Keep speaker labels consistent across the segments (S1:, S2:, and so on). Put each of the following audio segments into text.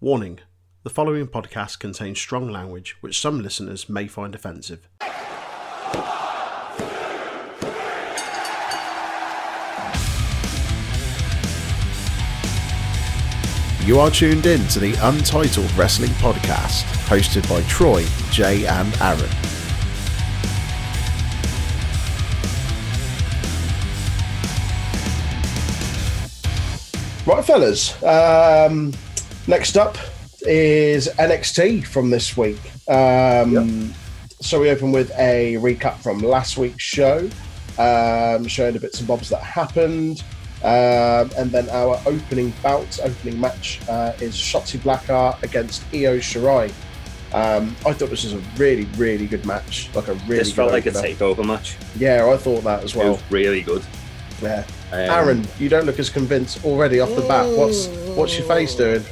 S1: Warning the following podcast contains strong language which some listeners may find offensive. You are tuned in to the Untitled Wrestling Podcast, hosted by Troy, Jay, and Aaron. Right, fellas. Um, next up is NXT from this week. Um, So we open with a recap from last week's show, um, showing the bits and bobs that happened. Um, and then our opening bout, opening match, uh, is Shotzi Blackheart against Io Shirai. Um, I thought this was a really, really good match. Like a really
S2: this felt
S1: good
S2: like a
S1: opener.
S2: takeover match.
S1: Yeah, I thought that as
S2: It
S1: well.
S2: was really good.
S1: Yeah.
S2: Um,
S1: Aaron, you don't look as convinced already off the bat. What's what's your face doing?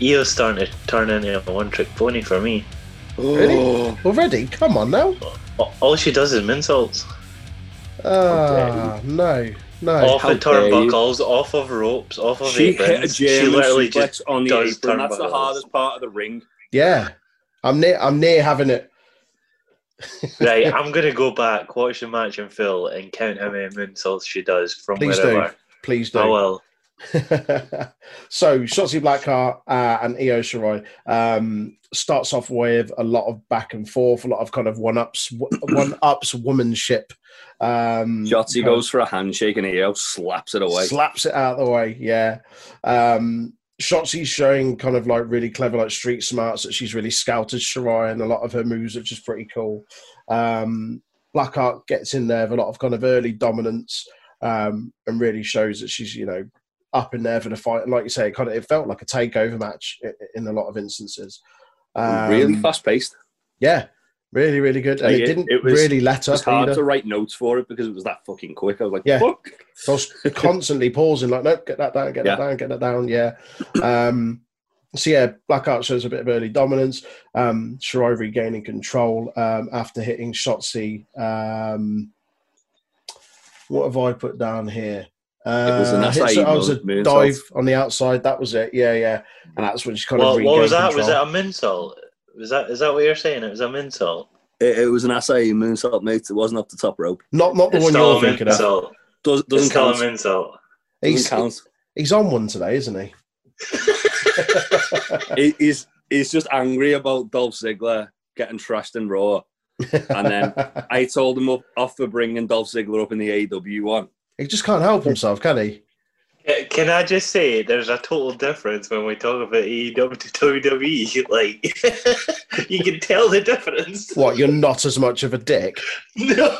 S3: Io's starting to turn into a one trick pony for me.
S1: Really? Already? Come on now.
S3: A- All she does is minsalts.
S1: Ah, no, no.
S3: off of
S2: How dare you.
S3: turnbuckles, off of ropes, off of
S2: Oh, she hit a
S3: aprons. She
S2: German
S3: literally
S2: suplex
S3: just
S2: on the
S3: does
S2: apron. That's the
S3: turnbuckles.
S2: hardest part of the ring.
S1: Yeah, I'm near. I'm near having it.
S3: right. I'm gonna go back, watch the match in full, and count how many minsalts she does from
S1: Please do.
S3: wherever.
S1: Please
S3: I Oh,
S1: do.
S3: will.
S1: so Shotzi Blackheart uh, and Io Shirai um, starts off with a lot of back and forth, a lot of kind of one ups, one ups womanship. Um,
S2: Shotzi
S1: kind of
S2: goes for a handshake and Io slaps it away.
S1: Slaps it out of the way. Yeah. Um, Shotzi's showing kind of like really clever, like street smarts that she's really scouted Shirai and a lot of her moves, which is pretty cool. Um, Blackheart gets in there with a lot of kind of early dominance um, and really shows that she's, you know, up in there for the fight. And like you say, it kind of it felt like a takeover match i- i- in a lot of instances. Um,
S2: really fast paced.
S1: Yeah. Really, really good. And it,
S2: Like, it-
S1: didn't
S2: it was-
S1: really let
S2: It was
S1: up
S2: hard
S1: either.
S2: to write notes for it because it was that fucking quick. I was like,
S1: Yeah.
S2: fuck.
S1: So I was constantly pausing, like, nope, get that down, get that down, get that down. Yeah. Um, so yeah, Blackheart shows a bit of early dominance. Um, Shirai regaining control um, after hitting Shotzi. Um, what have I put down here? Uh,
S2: was an
S1: hits-
S2: acai
S1: that was a
S2: moon-
S1: dive
S2: moonsault.
S1: on the outside. That was it. Yeah, yeah. And that's when she kind
S3: Well,
S1: of regained
S3: what was that?
S1: Control.
S3: Was that a minsalt? Was that is that what you're saying? It was a minsalt.
S2: It, it was an assay moonsault, mate. It wasn't up the top rope.
S1: not not the
S3: It's
S1: one
S3: still
S1: you're
S3: a
S1: thinking of?
S3: minsalt.
S2: Does,
S3: It's
S2: doesn't
S3: still a
S2: count.
S3: minsalt.
S1: He's
S2: Doesn't count.
S1: he's on one today, isn't he?
S2: He- He's he's just angry about Dolph Ziggler getting trashed and raw. And then I told him up off for bringing Dolph Ziggler up in the AW one.
S1: he just can't help himself, can he?
S3: Uh, Can I just say there's a total difference when we talk about E AEW to WWE? Like, E, you can tell the difference.
S1: What? You're not as much of a dick.
S3: No.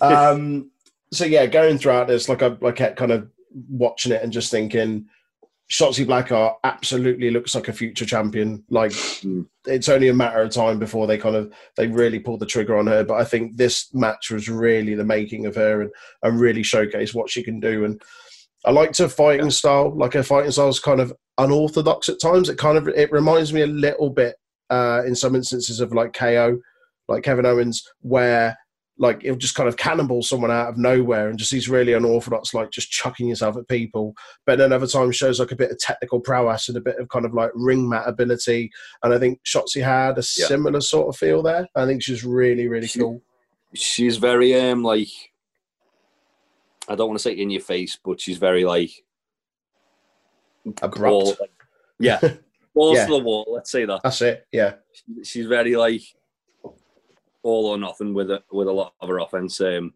S1: um, so yeah, going throughout this, like I, I kept kind of watching it and just thinking, Shotzi Blackheart absolutely looks like a future champion. Like
S2: Mm.
S1: it's only a matter of time before they kind of they really pull the trigger on her. But I think this match was really the making of her and and really showcase what she can do. And I liked her fighting style. Like her fighting style is kind of unorthodox at times. It kind of it reminds me a little bit uh, in some instances of like KO, like Kevin Owens, where like it'll just kind of cannonball someone out of nowhere and just these really unorthodox, like just chucking yourself at people. But then other times shows like a bit of technical prowess and a bit of kind of like ring mat ability. And I think Shotzi had a
S2: Yeah.
S1: similar sort of feel there. I think she's really, really
S2: She-
S1: cool.
S2: She's very um like I don't want to say in your face, but she's very like
S1: Abrupt.
S2: wall- like- yeah, balls
S1: Yeah.
S2: to the wall. Let's say that
S1: That's it. Yeah.
S2: she's very like all or nothing with a, with a lot of her offense. Um,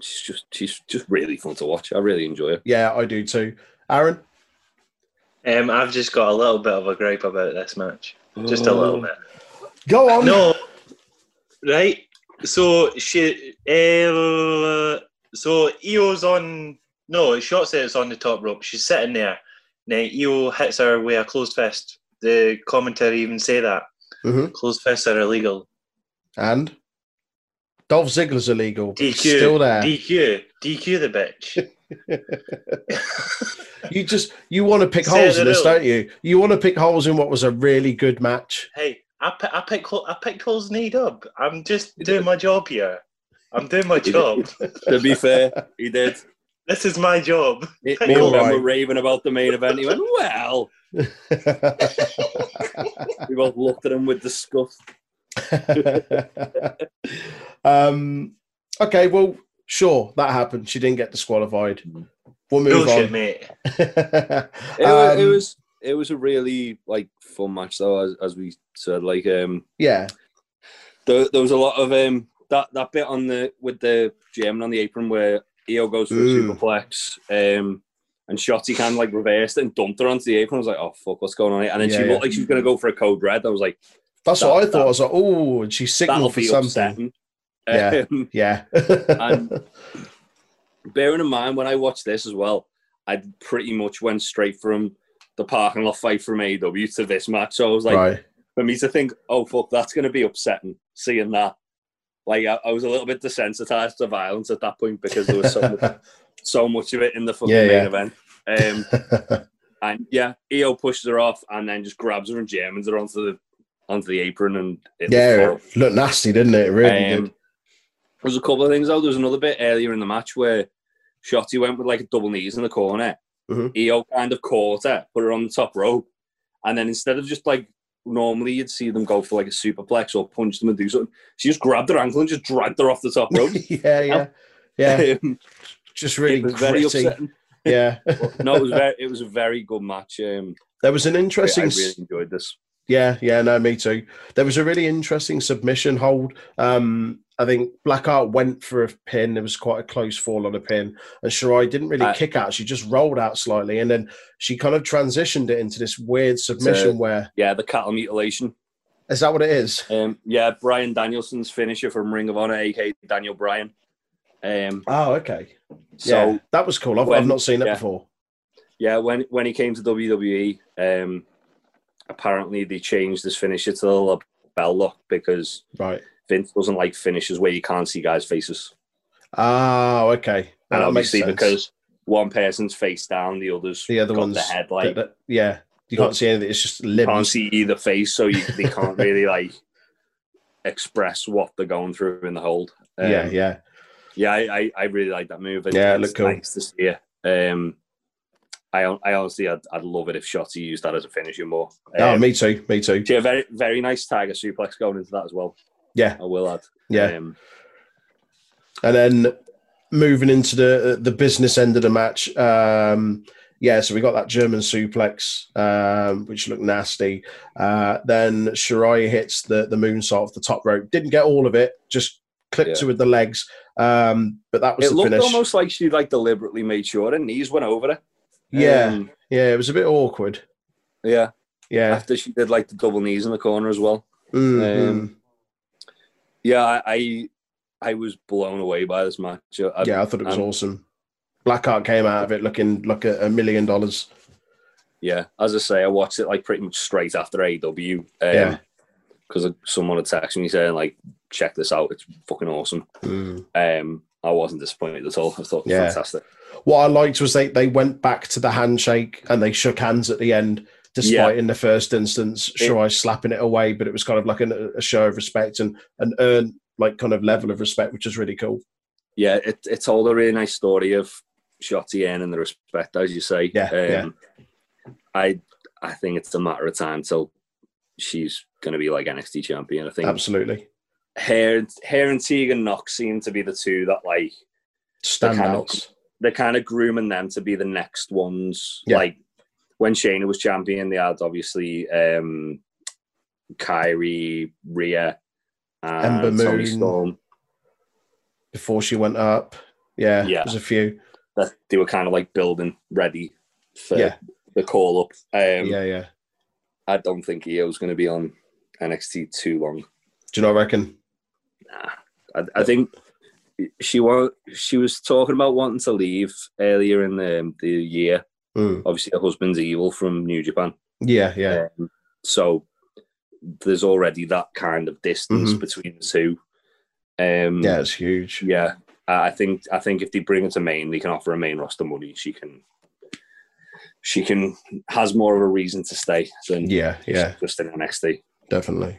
S2: she's just she's just really fun to watch. I really enjoy her.
S1: Yeah, I do too. Aaron?
S3: um, I've just got a little bit of a gripe about this match. Just a little bit.
S1: Go on.
S3: No. Right. So she. Uh, so Io's on. No, shot it's on the top rope. She's sitting there. Now Io hits her with a closed fist. The commentary even say that
S1: Mhm.
S3: closed fists are illegal.
S1: And Dolph Ziggler's illegal. but
S3: DQ.
S1: he's Still there.
S3: DQ. DQ the bitch.
S1: You just you want to pick
S3: Say
S1: holes
S3: the
S1: in this,
S3: little-
S1: don't you? You want to pick holes in what was a really good match.
S3: hey, I, pi- I pick ho- I picked holes knee up. I'm just
S2: You
S3: doing
S2: did.
S3: my job here. I'm doing my
S2: did.
S3: job.
S2: to be fair, he did.
S3: This is my job.
S2: Me,
S3: Hey,
S2: me and Ben
S1: alright.
S2: were raving about the main event. He went, well. We both looked at him with disgust.
S1: um, okay, well, sure, that happened. She didn't get disqualified. We'll move
S3: Bullshit,
S1: on.
S3: mate.
S2: It, wa- it
S1: Um,
S2: was it was a really like fun match though, as, as we said. Like um,
S1: yeah,
S2: there, there was a lot of um that that bit on the with the German on the apron where Io goes for
S1: Mm.
S2: a superplex, um, and Shotty kind of like reversed it and dumped her onto the apron. I was like, oh fuck, what's going on? Here? And then she
S1: Yeah,
S2: looked
S1: yeah.
S2: like she was gonna go for a code red. I was like,
S1: that's
S2: That-
S1: what I thought.
S2: that-
S1: I was like, oh, and she
S2: that'll
S1: signaled for
S2: be
S1: something.
S2: upsetting.
S1: Yeah.
S2: Um,
S1: Yeah.
S2: And bearing in mind when I watched this as well, I pretty much went straight from the parking lot fight from AW to this match. So I was like,
S1: right.
S2: for me to think, oh fuck, that's going to be upsetting seeing that. Like I, I was a little bit desensitized to violence at that point because there was so much, so much of it in the fucking
S1: Yeah,
S2: main
S1: yeah.
S2: event. Um, and yeah, EO pushes her off and then just grabs her and Germans her onto the onto the apron and it
S1: yeah,
S2: was
S1: it looked nasty, didn't it? It really
S2: um,
S1: did.
S2: There's a couple of things though. There was another bit earlier in the match where Shotty went with like a double knees in the corner.
S1: Mhm.
S2: EO kind of caught her, put her on the top rope, and then instead of just like normally you'd see them go for like a superplex or punch them and do something, she just grabbed her ankle and just dragged her off the top rope.
S1: yeah, yeah. Yeah.
S2: Um,
S1: Just really
S2: it was very
S1: gritty.
S2: upsetting.
S1: Yeah.
S2: No, it was very, it was a very good match. Um,
S1: There was an
S2: I, I
S1: interesting
S2: really enjoyed this.
S1: Yeah, yeah, no, me too. There was a really interesting submission hold. Um, I think Blackheart went for a pin. There was quite a close fall on a pin, and Shirai didn't really
S2: Uh,
S1: kick out. She just rolled out slightly, and then she kind of transitioned it into this weird submission. where
S2: Yeah, the cattle mutilation.
S1: is that what it is?
S2: Um, yeah, Brian Danielson's finisher from Ring of Honor, aka Daniel Bryan. Um,
S1: Oh, okay.
S2: so
S1: yeah, that was cool. I've, I've
S2: when-
S1: not seen that
S2: yeah.
S1: before.
S2: Yeah, when when he came to WWE, um, apparently they changed his finisher to the lapel lock because
S1: Right.
S2: Vince doesn't like finishes where you can't see guys' faces,
S1: Oh, okay.
S2: and
S1: That makes
S2: obviously
S1: sense.
S2: because one person's face down, the others
S1: the other
S2: got
S1: ones,
S2: the head
S1: that-
S2: like
S1: that- yeah, you can't see anything. It's just
S2: can't
S1: limbs.
S2: see either face, so you, they can't really like express what they're going through in the hold. Um,
S1: yeah, yeah.
S2: yeah, I, I, I really like that move. It-
S1: Yeah, it
S2: it's
S1: looked cool.
S2: Nice to see it. Um, I hon- I honestly I'd, I'd love it if Shotty used that as a finisher more.
S1: Oh,
S2: Um,
S1: me too. Me too.
S2: Yeah, very very nice tiger suplex going into that as well.
S1: Yeah.
S2: I will add.
S1: Yeah.
S2: Um,
S1: And then moving into the the business end of the match, um, yeah. So we got that German suplex, um, which looked nasty. Uh, then Shirai hits the the moonsault off the top rope. Didn't get all of it. Just clipped
S2: Yeah.
S1: her with the legs. Um, but that was
S2: it
S1: the
S2: looked
S1: finish.
S2: almost like she like deliberately made sure her knees went over it.
S1: yeah,
S2: Um,
S1: yeah. It was a bit awkward.
S2: yeah.
S1: Yeah.
S2: After she did like the double knees in the corner as well.
S1: Mm,
S2: um, Yeah, I I, I was blown away by this match. I,
S1: mm. yeah, I thought it was
S2: um,
S1: awesome. Blackheart came out of it looking like a, a million dollars.
S2: yeah. As I say, I watched it like pretty much straight after E AW.
S1: Yeah.
S2: Because um, someone had texted me saying like, check this out. It's fucking awesome.
S1: Mm.
S2: Um, I wasn't disappointed at all. I thought
S1: Yeah.
S2: fantastic.
S1: what I liked was they they went back to the handshake and they shook hands at the end, despite in the first instance Shirai slapping it away, but it was kind of like an, a show of respect and an earned like kind of level of respect, which is really cool.
S2: yeah, it, it told a really nice story of Shotty and the respect, as you say. Um,
S1: Yeah, yeah.
S2: I I think it's a matter of time till she's going to be like NXT champion. I think
S1: Absolutely,
S2: her, her and Tegan Knox seem to be the two that like
S1: standouts.
S2: they're kind of grooming them to be the next ones.
S1: Yeah.
S2: Like when Shayna was champion, they had obviously um, Kyrie, Rhea, and
S1: Ember
S2: Toni
S1: Moon.
S2: Storm.
S1: Before she went up, yeah,
S2: Yeah.
S1: there's a few.
S2: that they were kind of like building ready for
S1: Yeah.
S2: the call up. Um,
S1: yeah, yeah.
S2: I don't think EO's going to be on NXT too long.
S1: Do you know? What I reckon.
S2: Nah, I, I think she wa- She was talking about wanting to leave earlier in the, the year.
S1: Mm.
S2: Obviously, her husband's evil from New Japan,
S1: Yeah, yeah,
S2: um, so there's already that kind of distance
S1: Mhm.
S2: between the two. Um,
S1: yeah. It's huge.
S2: Yeah, uh, I I think I think if they bring her to Maine, they can offer a main roster money. She can, she can has more of a reason to stay than
S1: Yeah, yeah,
S2: just in NXT.
S1: definitely.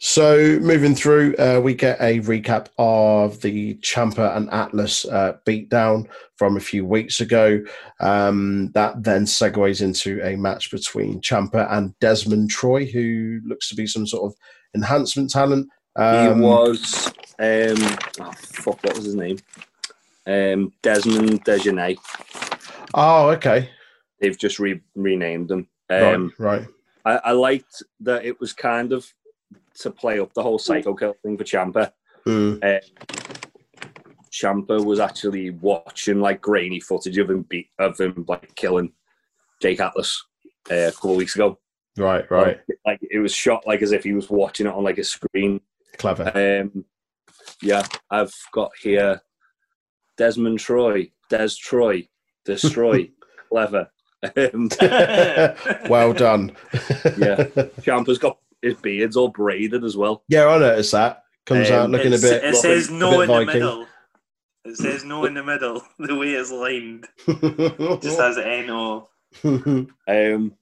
S1: So moving through, uh, we get a recap of the Champa and Atlas uh, beatdown from a few weeks ago. Um, that then segues into a match between Champa and Desmond Troy, who looks to be some sort of enhancement talent. Um,
S2: he was um, oh, fuck. What was his name? Um, Desmond Dejanay.
S1: Oh, okay.
S2: They've just re- renamed him. Um,
S1: right, right.
S2: I, I liked that it was kind of to play up the whole psycho kill thing for Champa.
S1: Mm.
S2: Uh, Champa was actually watching like grainy footage of him beat of him like killing Jake Atlas uh, a couple of weeks ago.
S1: Right, right.
S2: Like, like, it was shot like as if he was watching it on like a screen.
S1: Clever.
S2: Um, yeah, I've got here Desmond Troy, Des Troy, destroy, clever. Um,
S1: well done.
S2: yeah, Champa's got his beard's all braided as well.
S1: Yeah, I noticed that. Comes
S2: Um,
S1: out looking a
S3: It's-
S1: bit.
S3: It says
S1: looking a
S3: no
S1: bit
S3: in the
S1: Viking.
S3: middle. It says no in the middle. The way it's lined just has N O.
S2: Um,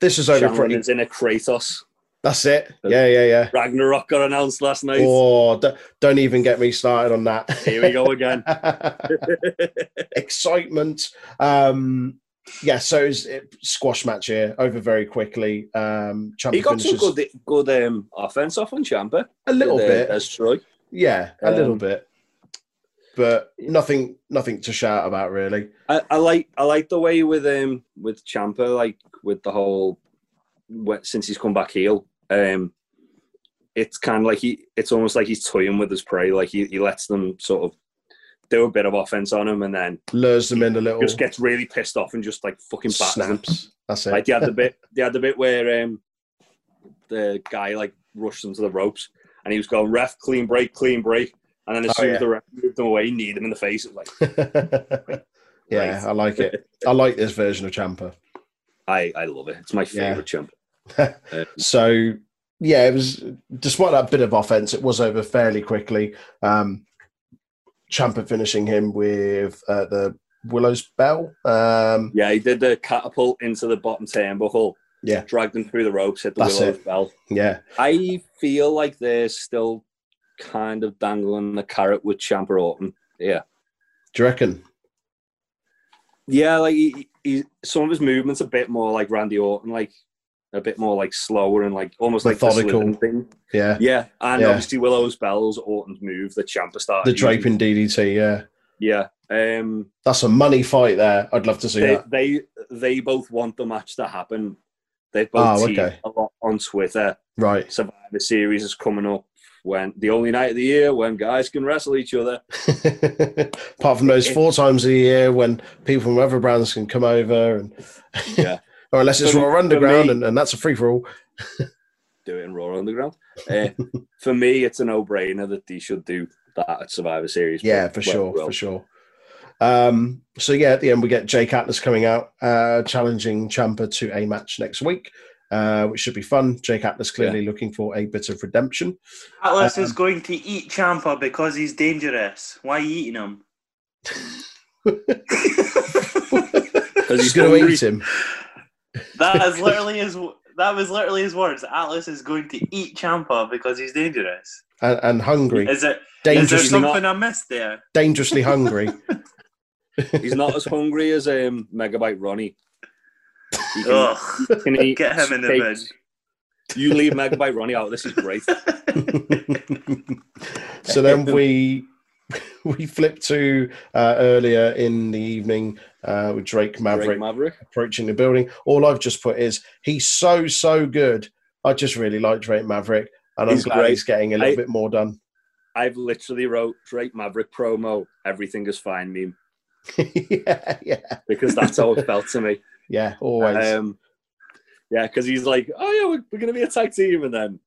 S1: this is over
S2: Shannon
S1: pretty.
S2: is in a Kratos.
S1: That's it. Yeah, yeah, yeah.
S2: Ragnarok got announced last night.
S1: Oh, d- don't even get me started on that.
S2: Here we go again.
S1: Excitement. Um, yeah, so it's it, squash match here over very quickly. Um, Champa
S2: he got some
S1: finishes
S2: good good um, offense off on uh, Champa.
S1: a little bit.
S2: That's true.
S1: Yeah, a little
S2: Um,
S1: bit, but nothing, nothing to shout about really.
S2: I, I like I like the way with um with Champa like with the whole wh- since he's come back heel um it's kind of like he it's almost like he's toying with his prey like he, he lets them sort of do a bit of offense on him and then
S1: Lures them in a little.
S2: just gets really pissed off and just like fucking bats them.
S1: snaps. That's it.
S2: Like they had the bit they had the bit where um the guy like rushed them to the ropes and he was going ref clean break clean break and then as
S1: Oh,
S2: soon
S1: yeah.
S2: as the ref moved him away he kneed him in the face it was like
S1: yeah,
S2: Right.
S1: I like it. I like this version of Champa.
S2: I I love it it's my
S1: Yeah.
S2: favorite champ.
S1: So yeah, it was despite that bit of offense, it was over fairly quickly. Um, Champa finishing him with uh, the Willow's Bell. Um,
S2: Yeah, he did the catapult into the bottom turnbuckle.
S1: Yeah.
S2: Dragged him through the ropes, hit the
S1: That's
S2: willow's
S1: it.
S2: bell.
S1: yeah,
S2: I feel like they're still kind of dangling the carrot with Champa Orton.
S1: do you reckon?
S2: Yeah, like he, he, some of his movements a bit more like Randy Orton, like a bit more like slower and like almost like the
S1: Methodical.
S2: slithering thing.
S1: Yeah,
S2: Yeah, and
S1: Yeah.
S2: obviously Willow's Bell's Orton's move, the Champa started.
S1: the
S2: using.
S1: draping DDT. Yeah,
S2: Yeah. Um,
S1: that's a money fight there. I'd love to see
S2: they,
S1: that.
S2: they they both want the match to happen. They both
S1: Oh,
S2: teased
S1: okay.
S2: a lot on Twitter.
S1: Right.
S2: Survivor Series is coming up when the only night of the year when guys can wrestle each other.
S1: Apart from those four times a year when people from other brands can come over, and
S2: Yeah.
S1: or unless it's
S2: For-
S1: Raw
S2: for
S1: Underground,
S2: me-
S1: and, and that's a free for all.
S2: Do it in Raw Underground. Uh, for me, it's a no-brainer that they should do that at Survivor Series.
S1: Yeah, for
S2: Well,
S1: sure,
S2: well,
S1: for sure. Um, so yeah, at the end we get Jake Atlas coming out, uh, challenging Champa to a match next week, uh, which should be fun. Jake Atlas clearly looking for a bit of redemption.
S3: Atlas
S1: Um,
S3: is going to eat Champa because he's dangerous. Why are you eating him?
S2: 'Cause
S1: He's
S2: he's
S1: going to
S2: hungry.
S1: eat him.
S3: that is literally his. That was literally his words. Atlas is going to eat Champa because he's dangerous.
S1: And, and hungry,
S3: Is there, is there
S1: dangerously,
S2: some-
S3: something I missed there?
S1: dangerously hungry.
S2: He's not as hungry as um, Megabyte Ronnie. He can-
S3: Ugh.
S2: he can eat
S3: Get him in the
S2: steaks. You leave Megabyte Ronnie out. This is great.
S1: so then we we flip to uh, earlier in the evening uh, with Drake Maverick
S2: Drake Maverick.
S1: approaching the building. All I've just put is he's so so good. I just really like Drake Maveric, and I'm
S2: He's
S1: glad
S2: great.
S1: he's getting a little
S2: I-
S1: bit more done.
S2: I've literally wrote Drake Maverick promo. Everything is fine meme
S1: yeah, yeah,
S2: because that's how it felt to me.
S1: yeah. Always.
S2: Um, yeah, because he's like, oh yeah, we're, we're going to be a tag team, and then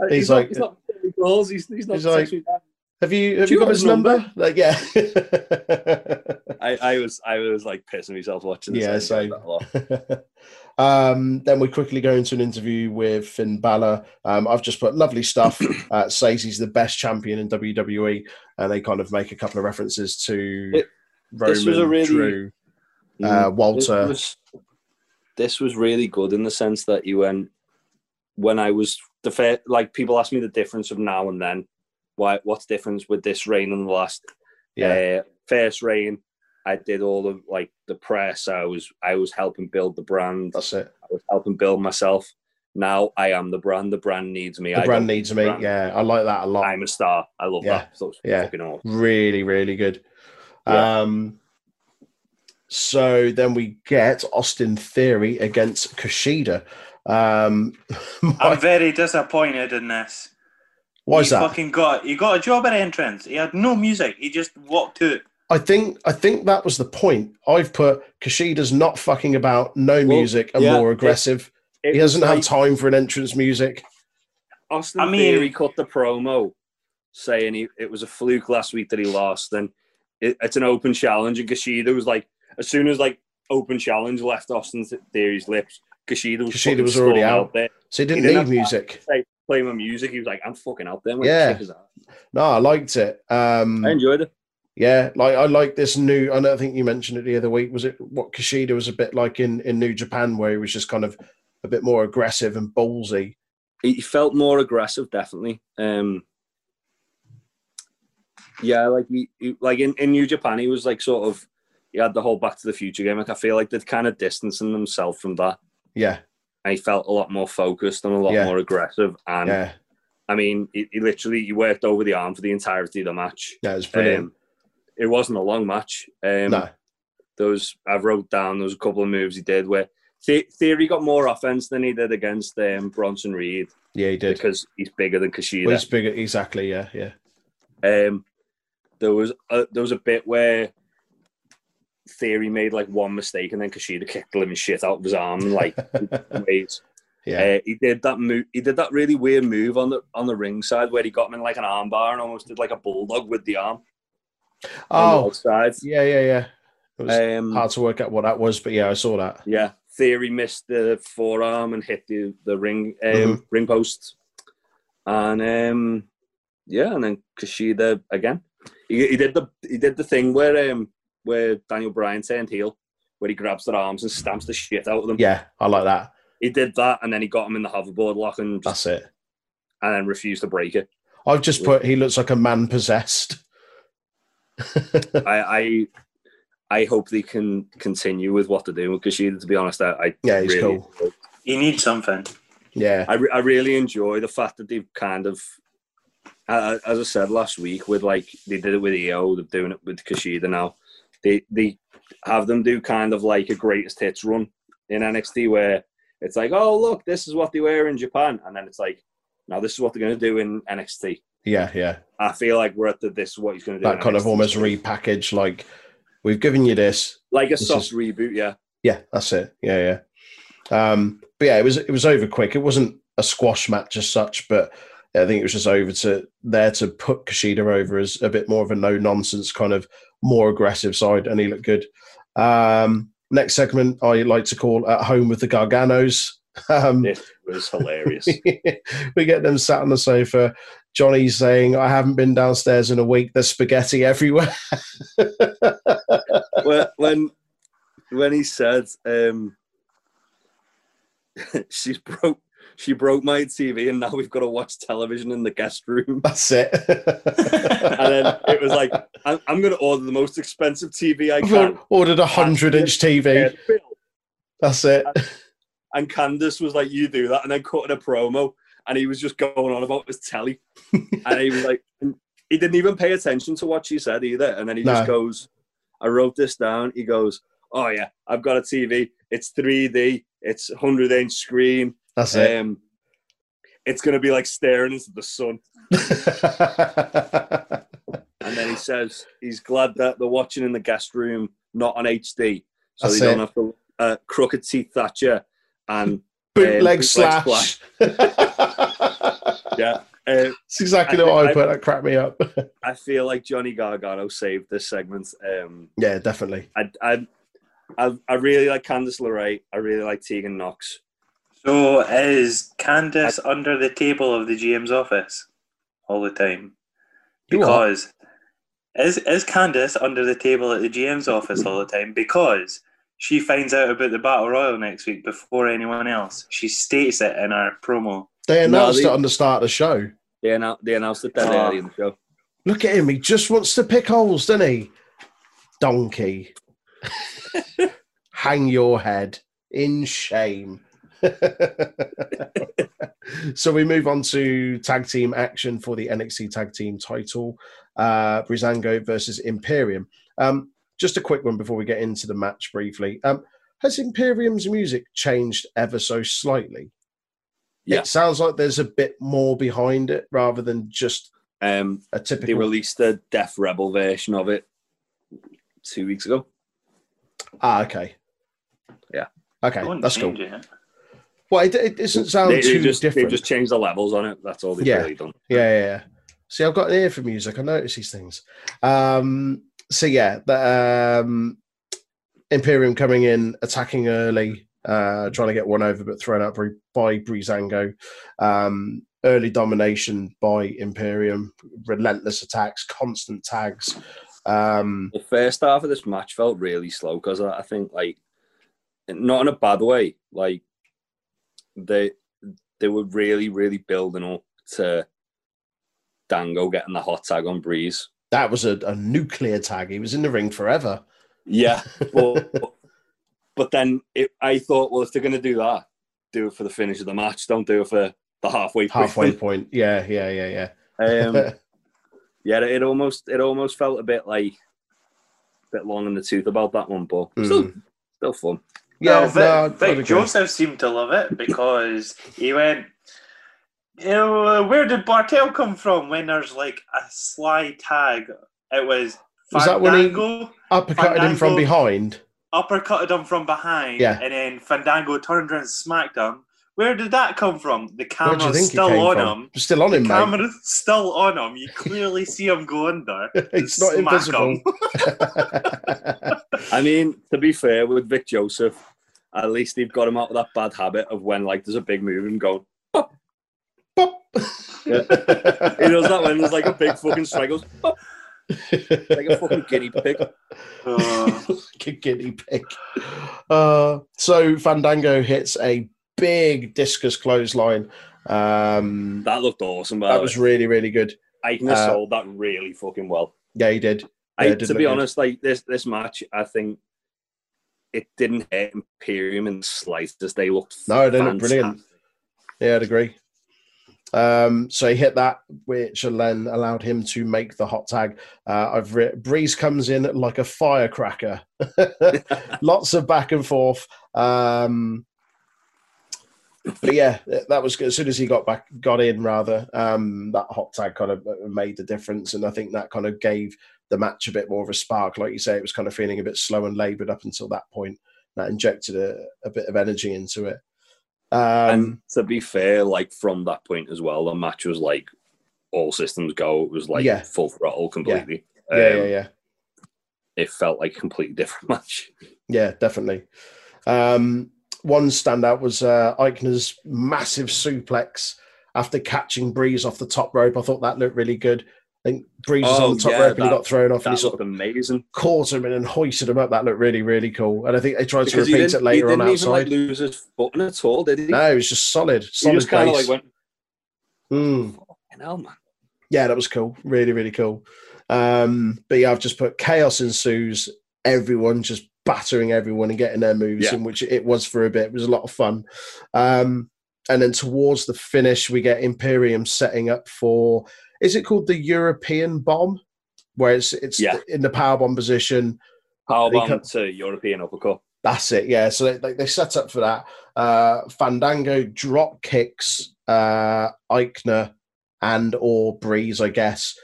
S2: uh,
S1: He's
S2: not-
S1: like-
S2: he's not getting goals, he's, he's not
S1: He's like-
S2: sexually-
S1: have you have
S2: do
S1: you
S2: you
S1: got
S2: have
S1: his
S2: his
S1: number? Like, yeah.
S2: I, I was I was like pissing myself watching this.
S1: Yeah,
S2: I
S1: same.
S2: enjoyed that a lot.
S1: um, then we quickly go into an interview with Finn Balor. Um, I've just put lovely stuff. Uh, says he's the best champion in WWE, and they kind of make a couple of references to
S2: It-
S1: Roman,
S2: this was a really- Mm.
S1: Drew, uh,
S2: this
S1: Walter.
S2: was this was really good in the sense that you went when I was the fair, like people ask me the difference of now and then. Why? What's the difference with this rain and the last?
S1: Yeah.
S2: Uh, first rain, I did all of like the press. I was I was helping build the brand.
S1: That's it.
S2: I was helping build myself. Now I am the brand. The brand needs me.
S1: The
S2: I
S1: brand
S2: don't-
S1: needs me.
S2: brand.
S1: Yeah, I like that a lot.
S2: I'm a star. I love
S1: Yeah.
S2: that. So it's
S1: Yeah.
S2: fucking awesome.
S1: really, really good.
S2: Yeah.
S1: Um, so then we get Austin Theory against Kushida. Um,
S3: I'm
S1: why,
S3: very disappointed in this.
S1: why is
S3: he
S1: that?
S3: fucking got he got a job at entrance. He had no music. He just walked out.
S1: I think I think that was the point. I've put Kushida's not fucking about, no music, and
S2: yeah,
S1: more
S2: it-
S1: aggressive.
S2: It
S1: he doesn't
S2: was
S1: have
S2: like
S1: time for an entrance music.
S2: Austin
S3: I mean-
S2: Theory cut the promo saying he, it was a fluke last week that he lost, and it, it's an open challenge. And Kushida was like, as soon as like open challenge left Austin Theory's lips, Kushida was
S1: Kushida
S2: fucking
S1: was already
S2: storming
S1: out.
S2: there
S1: So he didn't
S2: didn't
S1: need
S2: have
S1: music.
S2: playing my music. He was like, I'm fucking out there. I'm
S1: Yeah.
S2: yeah, kick his ass.
S1: No, I liked it. Um,
S2: I enjoyed it.
S1: Yeah, like I like this new. I don't think you mentioned it the other week. Was it what Kushida was a bit like in in New Japan, where he was just kind of a bit more aggressive and ballsy.
S2: He he felt more aggressive, definitely. Um, yeah, like he, he- like in, in New Japan, he was like sort of he had the whole Back to the Future gimmick. I feel like they're kind of distancing themselves from that.
S1: Yeah,
S2: and he felt a lot more focused and a lot
S1: Yeah.
S2: more aggressive. And
S1: yeah,
S2: I mean, he, he literally he worked over the arm for the entirety of the match.
S1: yeah. It was brilliant.
S2: Um, it wasn't a long match. Um,
S1: no,
S2: There was I've wrote down there was a couple of moves he did where the- Theory got more offense than he did against um, Bronson Reed
S1: yeah, he did.
S2: because he's bigger than Kushida.
S1: Well, he's bigger, exactly. Yeah, yeah,
S2: Um, there was a, there was a bit where Theory made like one mistake and then Kushida kicked the living shit out of his arm and like ways.
S1: yeah,
S2: Uh, he did that move. He did that really weird move on the on the ring side where he got him in like an armbar and almost did like a bulldog with the arm. on the
S1: oh,
S2: outside.
S1: yeah, yeah, yeah. It was
S2: Um,
S1: hard to work out what that was, but yeah, I saw that.
S2: yeah, Theory missed the forearm and hit the the ring um,
S1: Mhm.
S2: ring post, and um, yeah, and then Kushida again. He, he did the he did the thing where um where Daniel Bryan turned heel, where he grabs their arms and stamps the shit out of them.
S1: Yeah, I like that.
S2: He did that, and then he got him in the hoverboard lock and just,
S1: That's it.
S2: and then refused to break it.
S1: I've just put. He looks like a man possessed.
S2: I, I I hope they can continue with what they're doing because she, to be honest, I, I
S1: Yeah, he's
S2: really,
S1: cool.
S3: He needs something.
S1: Yeah,
S2: I, re- I really enjoy the fact that they've kind of, uh, as I said last week, with like they did it with EO, they're doing it with Kushida now. They they have them do kind of like a greatest hits run in NXT where it's like, oh look, this is what they wear in Japan, and then it's like, now this is what they're going to do in NXT.
S1: yeah, yeah.
S2: I feel like we're at the this is what he's going to do.
S1: That
S2: in
S1: kind of
S2: NXT.
S1: almost repackage. Like we've given you this.
S2: like a
S1: is-
S2: soft reboot, yeah.
S1: Yeah, that's it. Yeah, yeah. Um, but yeah, it was it was over quick. It wasn't a squash match as such, but I think it was just over to there to put Kushida over as a bit more of a no nonsense kind of more aggressive side, and he looked good. Um, next segment I like to call at home with the Garganos. Um,
S2: This was hilarious.
S1: we get them sat on the sofa. Johnny's saying, "I haven't been downstairs in a week. There's spaghetti everywhere."
S2: when when when he said um she's broke she broke my TV and now we've got to watch television in the guest room.
S1: That's it.
S2: And then it was like, I'm, I'm going to order the most expensive TV I
S1: I've
S2: can.
S1: ordered a hundred-inch TV. That's it.
S2: And Candace was like, You do that. And then cutting a promo. And he was just going on about his telly. and he was like, He didn't even pay attention to what she said either. And then he
S1: No.
S2: just goes, I wrote this down. He goes, Oh, yeah, I've got a TV. It's 3D, it's 100 inch screen.
S1: That's it.
S2: Um, it's going to be like staring into the sun. And then he says, He's glad that they're watching in the guest room, not on HD. So
S1: That's
S2: they don't
S1: it.
S2: have to uh, crooked teeth Thatcher and
S1: bootleg
S2: bootleg
S1: slash.
S2: slash.
S1: That's
S2: yeah. Uh,
S1: exactly
S2: I
S1: what
S2: think
S1: I
S2: I-
S1: put. That cracked me up.
S2: I feel like Johnny Gargano saved this segment. Um,
S1: yeah, definitely.
S2: I, I, I, I really like Candice LeRae. I really like Tegan Knox.
S3: So is Candace under the table of the GM's office all the time?
S1: You are.
S3: Because is is Candace under the table at the GM's office all the time? Because she finds out about the battle royal next week before anyone else. She states it in our promo.
S1: They
S2: No,
S1: announced
S2: they-
S1: it on the start of the show.
S2: They, annou- they announced it dead
S1: Oh.
S3: Ah.
S2: early in the show.
S1: Look at him. He just wants to pick holes, doesn't he? Donkey. Hang your head in shame. so we move on to tag team action for the NXT tag team title uh, Brizango versus Imperium. Um, just a quick one before we get into the match briefly. Um, has Imperium's music changed ever so slightly?
S2: Yeah.
S1: It sounds like there's a bit more behind it rather than just
S2: Um,
S1: a typical
S2: they released a Death Rebel version of it two weeks ago.
S1: Ah, okay.
S2: Yeah.
S1: Okay,
S3: Don't
S1: that's cool.
S3: change it.
S1: Well, it, it doesn't sound
S2: they, they
S1: too
S2: just,
S1: different.
S2: They just changed the levels on it. That's all they've
S1: Yeah.
S2: really done.
S1: Yeah, yeah, yeah. See, I've got an ear for music. I notice these things. Um, so yeah, the um, Imperium coming in, attacking early, uh, trying to get one over, but thrown out by, by Breezango. Um, early domination by Imperium, relentless attacks, constant tags. Um,
S2: The first half of this match felt really slow because I, I think, like, not in a bad way. Like, they they were really, really building up to Dango getting the hot tag on Breeze.
S1: that was a, a nuclear tag. He was in the ring forever.
S2: Yeah, but but then it, I thought, well, if they're gonna do that, do it for the finish of the match. Don't do it for the halfway point.
S1: Halfway point. Yeah, yeah, yeah, yeah.
S2: Um, yeah, it almost it almost felt a bit like a bit long in the tooth about that one, but still still fun.
S1: no,
S3: Yeah,
S1: I-
S3: well, Vic,
S1: I'd agree.
S3: Vic Joseph seemed to love it because he went, you know, uh, where did Bartel come from? When there's like a sly tag, it was
S1: Was that when he-
S3: Fandango
S1: uppercutted him from
S3: Fandango.
S1: behind.
S3: uppercutted him from behind,
S1: Yeah.
S3: and then Fandango turned around and smacked him. Where did that come from?
S1: Where
S3: The
S1: do you
S3: camera's
S1: think
S3: still
S1: it came
S3: on
S1: from?
S3: him.
S1: Still on
S3: The
S1: him, mate.
S3: camera's still on him. You clearly see him go under.
S1: it's not
S3: Smack
S1: invisible.
S3: him.
S2: I mean, to be fair with Vic Joseph, at least they've got him out of that bad habit of when like there's a big move and go.
S1: Pop.
S2: Yeah. He does that when there's like a big fucking strike goes "Pop," like a fucking guinea pig.
S3: Uh,
S1: Like a guinea pig. Uh, so Fandango hits a big discus clothesline. Um,
S2: That looked awesome, by
S1: that
S2: the
S1: was
S2: way.
S1: really, really good.
S2: I can have
S1: uh,
S2: sold that really fucking well.
S1: Yeah, he did. Yeah,
S2: I,
S1: it did
S2: to
S1: look
S2: be
S1: good.
S2: honest, like this this match, I think it didn't hurt Imperium in the slightest. They looked
S1: No, they look brilliant.
S2: fantastic.
S1: Yeah, I'd agree. Um, so he hit that, which then allowed him to make the hot tag. Uh, I've re- Breeze comes in like a firecracker. Lots of back and forth. Um, but yeah, that was good. As soon as he got back, got in rather, um, that hot tag kind of uh, made the difference, and I think that kind of gave the match a bit more of a spark. Like you say, it was kind of feeling a bit slow and laboured up until that point. That injected a, a bit of energy into it. Um,
S2: and to be fair, like from that point as well, the match was like all systems go. It was like
S1: Yeah.
S2: full throttle completely.
S1: yeah,
S2: Um,
S1: yeah, yeah.
S2: It felt like a completely different match.
S1: Yeah, definitely. Um, one standout was uh, Eichner's massive suplex after catching Breeze off the top rope. I thought that looked really good. I think Breeze was
S2: Oh,
S1: on the top
S2: yeah,
S1: rope and he
S2: that-
S1: got thrown off and he
S2: That
S1: sort
S2: looked
S1: of
S2: amazing.
S1: caught him in and hoisted him up. That looked really, really cool. And I think they tried to
S2: he
S1: repeat
S2: didn't,
S1: it
S2: he
S1: later
S2: didn't
S1: on
S2: even like
S1: outside.
S2: lose his button at all, did he?
S1: no, it was just solid,
S2: he
S1: solid
S2: just kind of
S1: base.
S2: like went,
S1: Mm.
S2: "Fucking hell, man!"
S1: Yeah, that was cool. Really, really cool. Um, but yeah, I've just put chaos ensues. Everyone just battering everyone and getting their moves
S2: Yeah.
S1: in, which it was for a bit. It was a lot of fun. Um, and then towards the finish, we get Imperium setting up for is it called the European bomb? Where it's it's
S2: Yeah.
S1: in the power bomb position,
S2: How
S1: They
S2: about
S1: cut-
S2: to European uppercut?
S1: that's it, yeah. So they, they, they set up for that. Uh, Fandango drop kicks uh, Eichner and or Breeze, I guess,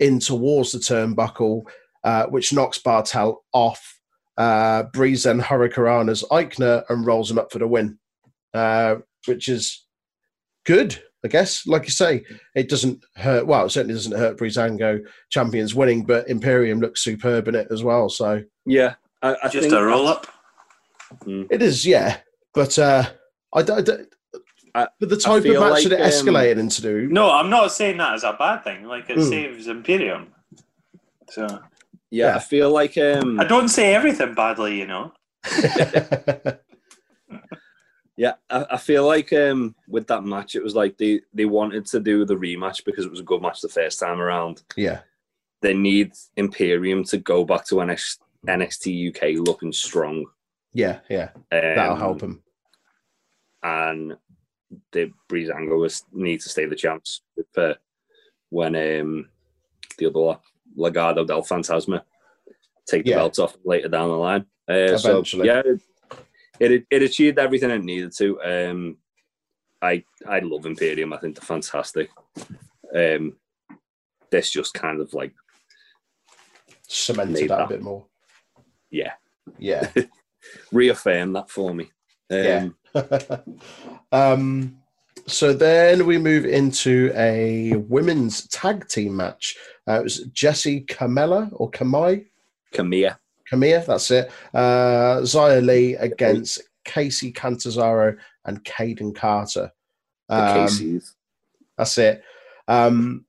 S1: in towards the turnbuckle, uh, which knocks Bartel off. Uh, Breeze then hurricanranas Eichner and rolls him up for the win, uh, which is good, I guess. Like you say, it doesn't hurt. Well, it certainly doesn't hurt Breezango champions winning, but Imperium looks superb in it as well. So
S2: Yeah, I, I
S3: just
S2: think
S3: a roll up.
S1: It is, yeah. But uh, I, d- I d-
S2: I-
S1: but the type of match
S2: feel like,
S1: that it
S2: um,
S1: escalated into.
S3: No, I'm not saying that as a bad thing. Like it
S1: Mm.
S3: saves Imperium. So
S2: Yeah,
S1: Yeah.
S2: I feel like um,
S3: Hmm. I don't say everything badly, you know.
S1: yeah,
S2: Yeah, I, I feel like um, with that match, it was like they, they wanted to do the rematch because it was a good match the first time around.
S1: Yeah.
S2: They need Imperium to go back to NX, NXT UK looking strong.
S1: Yeah, yeah.
S2: Um,
S1: That'll help him.
S2: And the Breezango was need to stay the champs for when um, the other one, Legado del Fantasma take the
S1: Yeah.
S2: belts off later down the line. Uh, so
S1: Eventually.
S2: yeah, it, it it achieved everything it needed to. Um, I I love Imperium. I think they're fantastic. Um, this just kind of like
S1: Cemented
S2: Made
S1: that a
S2: that.
S1: bit more.
S2: yeah
S1: Yeah.
S2: reaffirm that for me. Um,
S1: Yeah. um, so then we move into a women's tag team match. Uh, it was Jesse Camella or Kamai.
S2: Kamiya.
S1: Camilla, that's it. Uh, Zaya Lee against Casey Cantazaro and Caden Carter.
S2: the
S1: Um,
S2: Casey's.
S1: that's it. Um,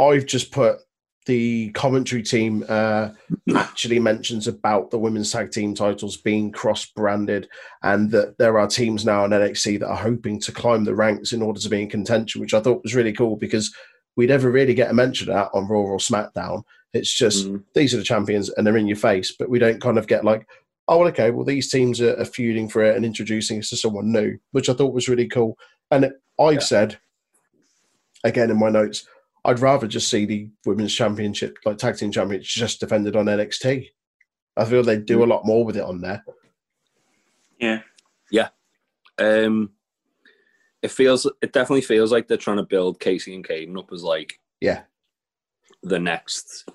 S1: I've just put the commentary team uh, actually mentions about the women's tag team titles being cross branded and that there are teams now in NXT that are hoping to climb the ranks in order to be in contention, which I thought was really cool because we never really get a mention of that on Raw or SmackDown. It's just
S2: Mm,
S1: these are the champions and they're in your face, but we don't kind of get like, oh, well, okay, well, these teams are, are feuding for it and introducing us to someone new, which I thought was really cool. And it, I've
S2: Yeah.
S1: said, again in my notes, I'd rather just see the women's championship, like tag team championship, just defended on NXT. I feel they do a lot more with it on there.
S3: Yeah.
S2: Um, it feels it definitely feels like they're trying to build Casey and Caden up as like
S1: Yeah,
S2: the next.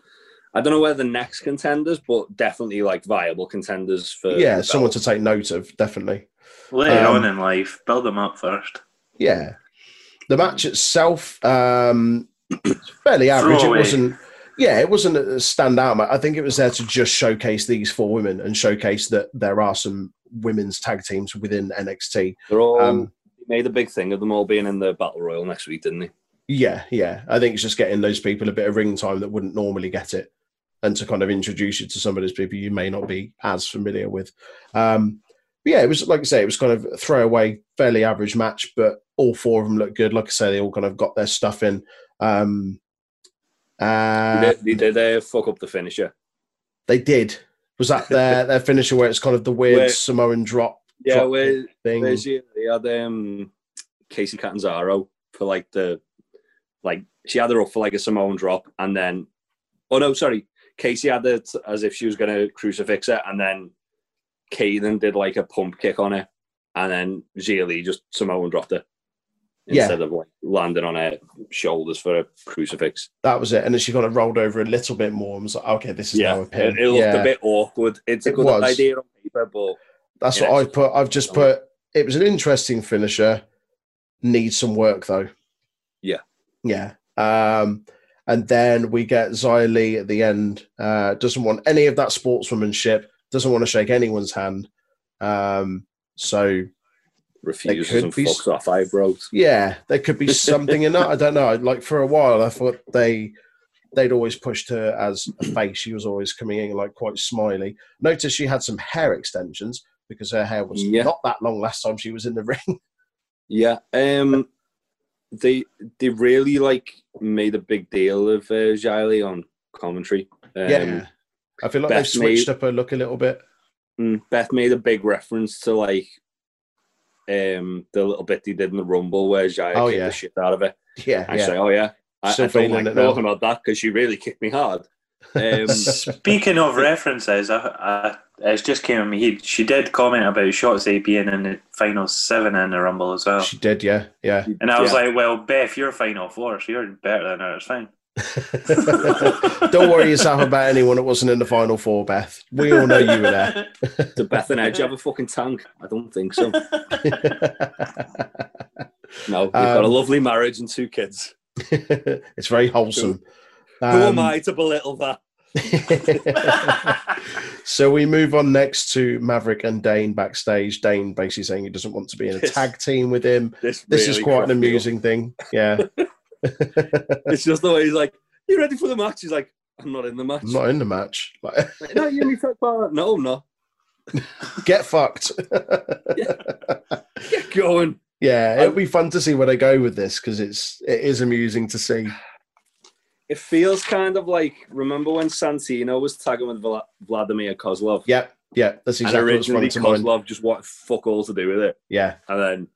S2: I don't know whether the next contenders, but definitely like viable contenders for the
S1: yeah,
S2: belt.
S1: someone to take note of, definitely.
S3: Later
S1: Um,
S3: on in life, build them up first.
S1: Yeah. The match itself, um, it's fairly average. It
S3: Throwaway.
S1: wasn't, yeah, it wasn't a standout match. I think it was there to just showcase these four women and showcase that there are some women's tag teams within NXT.
S2: They're all
S1: Um,
S2: they made a big thing of them all being in the battle royal next week, didn't they?
S1: Yeah, yeah. I think it's just getting those people a bit of ring time that wouldn't normally get it and to kind of introduce you to some of those people you may not be as familiar with. Um, but yeah, it was like I say, it was kind of a throwaway, fairly average match, but all four of them looked good. Like I say, they all kind of got their stuff in. Um, uh,
S2: they, did- they, did, uh, fuck up the finisher.
S1: They did. Was that their, their finisher where it's kind of the weird
S2: Where-
S1: Samoan drop
S2: Yeah,
S1: Drop
S2: where,
S1: thing?
S2: where's she? They had um, Casey Catanzaro for like the like she had her up for like a Samoan drop, and then oh no, sorry, Casey had it as if she was gonna crucifix her, and then Caden did like a pump kick on her, and then Zia Lee just Samoan dropped her.
S1: Yeah.
S2: Instead of like landing on her shoulders for a crucifix.
S1: That was it. And then she kind of rolled over a little bit more and was like, okay, this is now a pin.
S2: It, it looked
S1: Yeah.
S2: a bit awkward. It's a
S1: It
S2: good
S1: was.
S2: idea on paper, but
S1: That's
S2: Yeah,
S1: what
S2: it's-
S1: I've put. I've just put. It was an interesting finisher. Needs some work though.
S2: Yeah.
S1: Yeah. Um, and then we get Xia Li at the end. Uh, doesn't want any of that sportswomanship. Doesn't want to shake anyone's hand. Um, so
S2: refuses
S1: could
S2: and
S1: be s-
S2: fucks off eyebrows.
S1: yeah, there could be something in that. I don't know. Like for a while, I thought they they'd always pushed her as a face. She was always coming in like quite smiley. Notice she had some hair extensions because her hair was
S2: Yeah.
S1: not that long last time she was in the ring.
S2: Yeah. Um they they really like made a big deal of uh Xylee on commentary. Um,
S1: Yeah. I feel like they've
S2: Beth made-
S1: switched up her look a little bit.
S2: mm, Beth made a big reference to like um the little bit they did in the rumble where Xylee
S1: Oh,
S2: kicked
S1: yeah.
S2: the shit out of it.
S1: Yeah,
S2: I say, Oh yeah. I,
S1: Still
S2: I don't
S1: feeling
S2: like
S1: it now.
S2: talking about that because she really kicked me hard. Um,
S3: Speaking of references, I, I, it's just came in my head. She did comment about Shotzi being in the final seven in the Rumble as well.
S1: She did, yeah, yeah.
S3: And I was
S2: yeah.
S3: like, well, Beth, you're final four, so you're better than her. It's fine.
S1: Don't worry yourself about anyone that wasn't in the final four, Beth. We all know you were there.
S2: Did Beth and Edge have a fucking tank? I don't think so. No, we've got a
S1: Um,
S2: lovely marriage and two kids.
S1: it's very wholesome.
S2: Who
S1: Um,
S2: am I to belittle that?
S1: so we move on next to Maverick and Dane backstage. Dane basically saying he doesn't want to be in a
S2: This-
S1: tag team with him.
S2: This,
S1: This is
S2: really
S1: quite an
S2: cracked me up.
S1: amusing thing. Yeah.
S2: It's just the way he's like, "You ready for the match?" He's like, "I'm not in the match."
S1: I'm not in the match. Like,
S2: Like, no, you need to talk about that." No, I'm not.
S1: get fucked.
S2: going.
S1: Yeah, it'll be fun to see where they go with this because it's it is amusing to see.
S2: It feels kind of like remember when Santino was tagging with Vla- Vladimir Kozlov.
S1: Yep, yeah, that's
S2: and
S1: exactly what's
S2: originally
S1: running to mind.
S2: Kozlov just wanted fuck all to do with it,
S1: Yeah,
S2: and then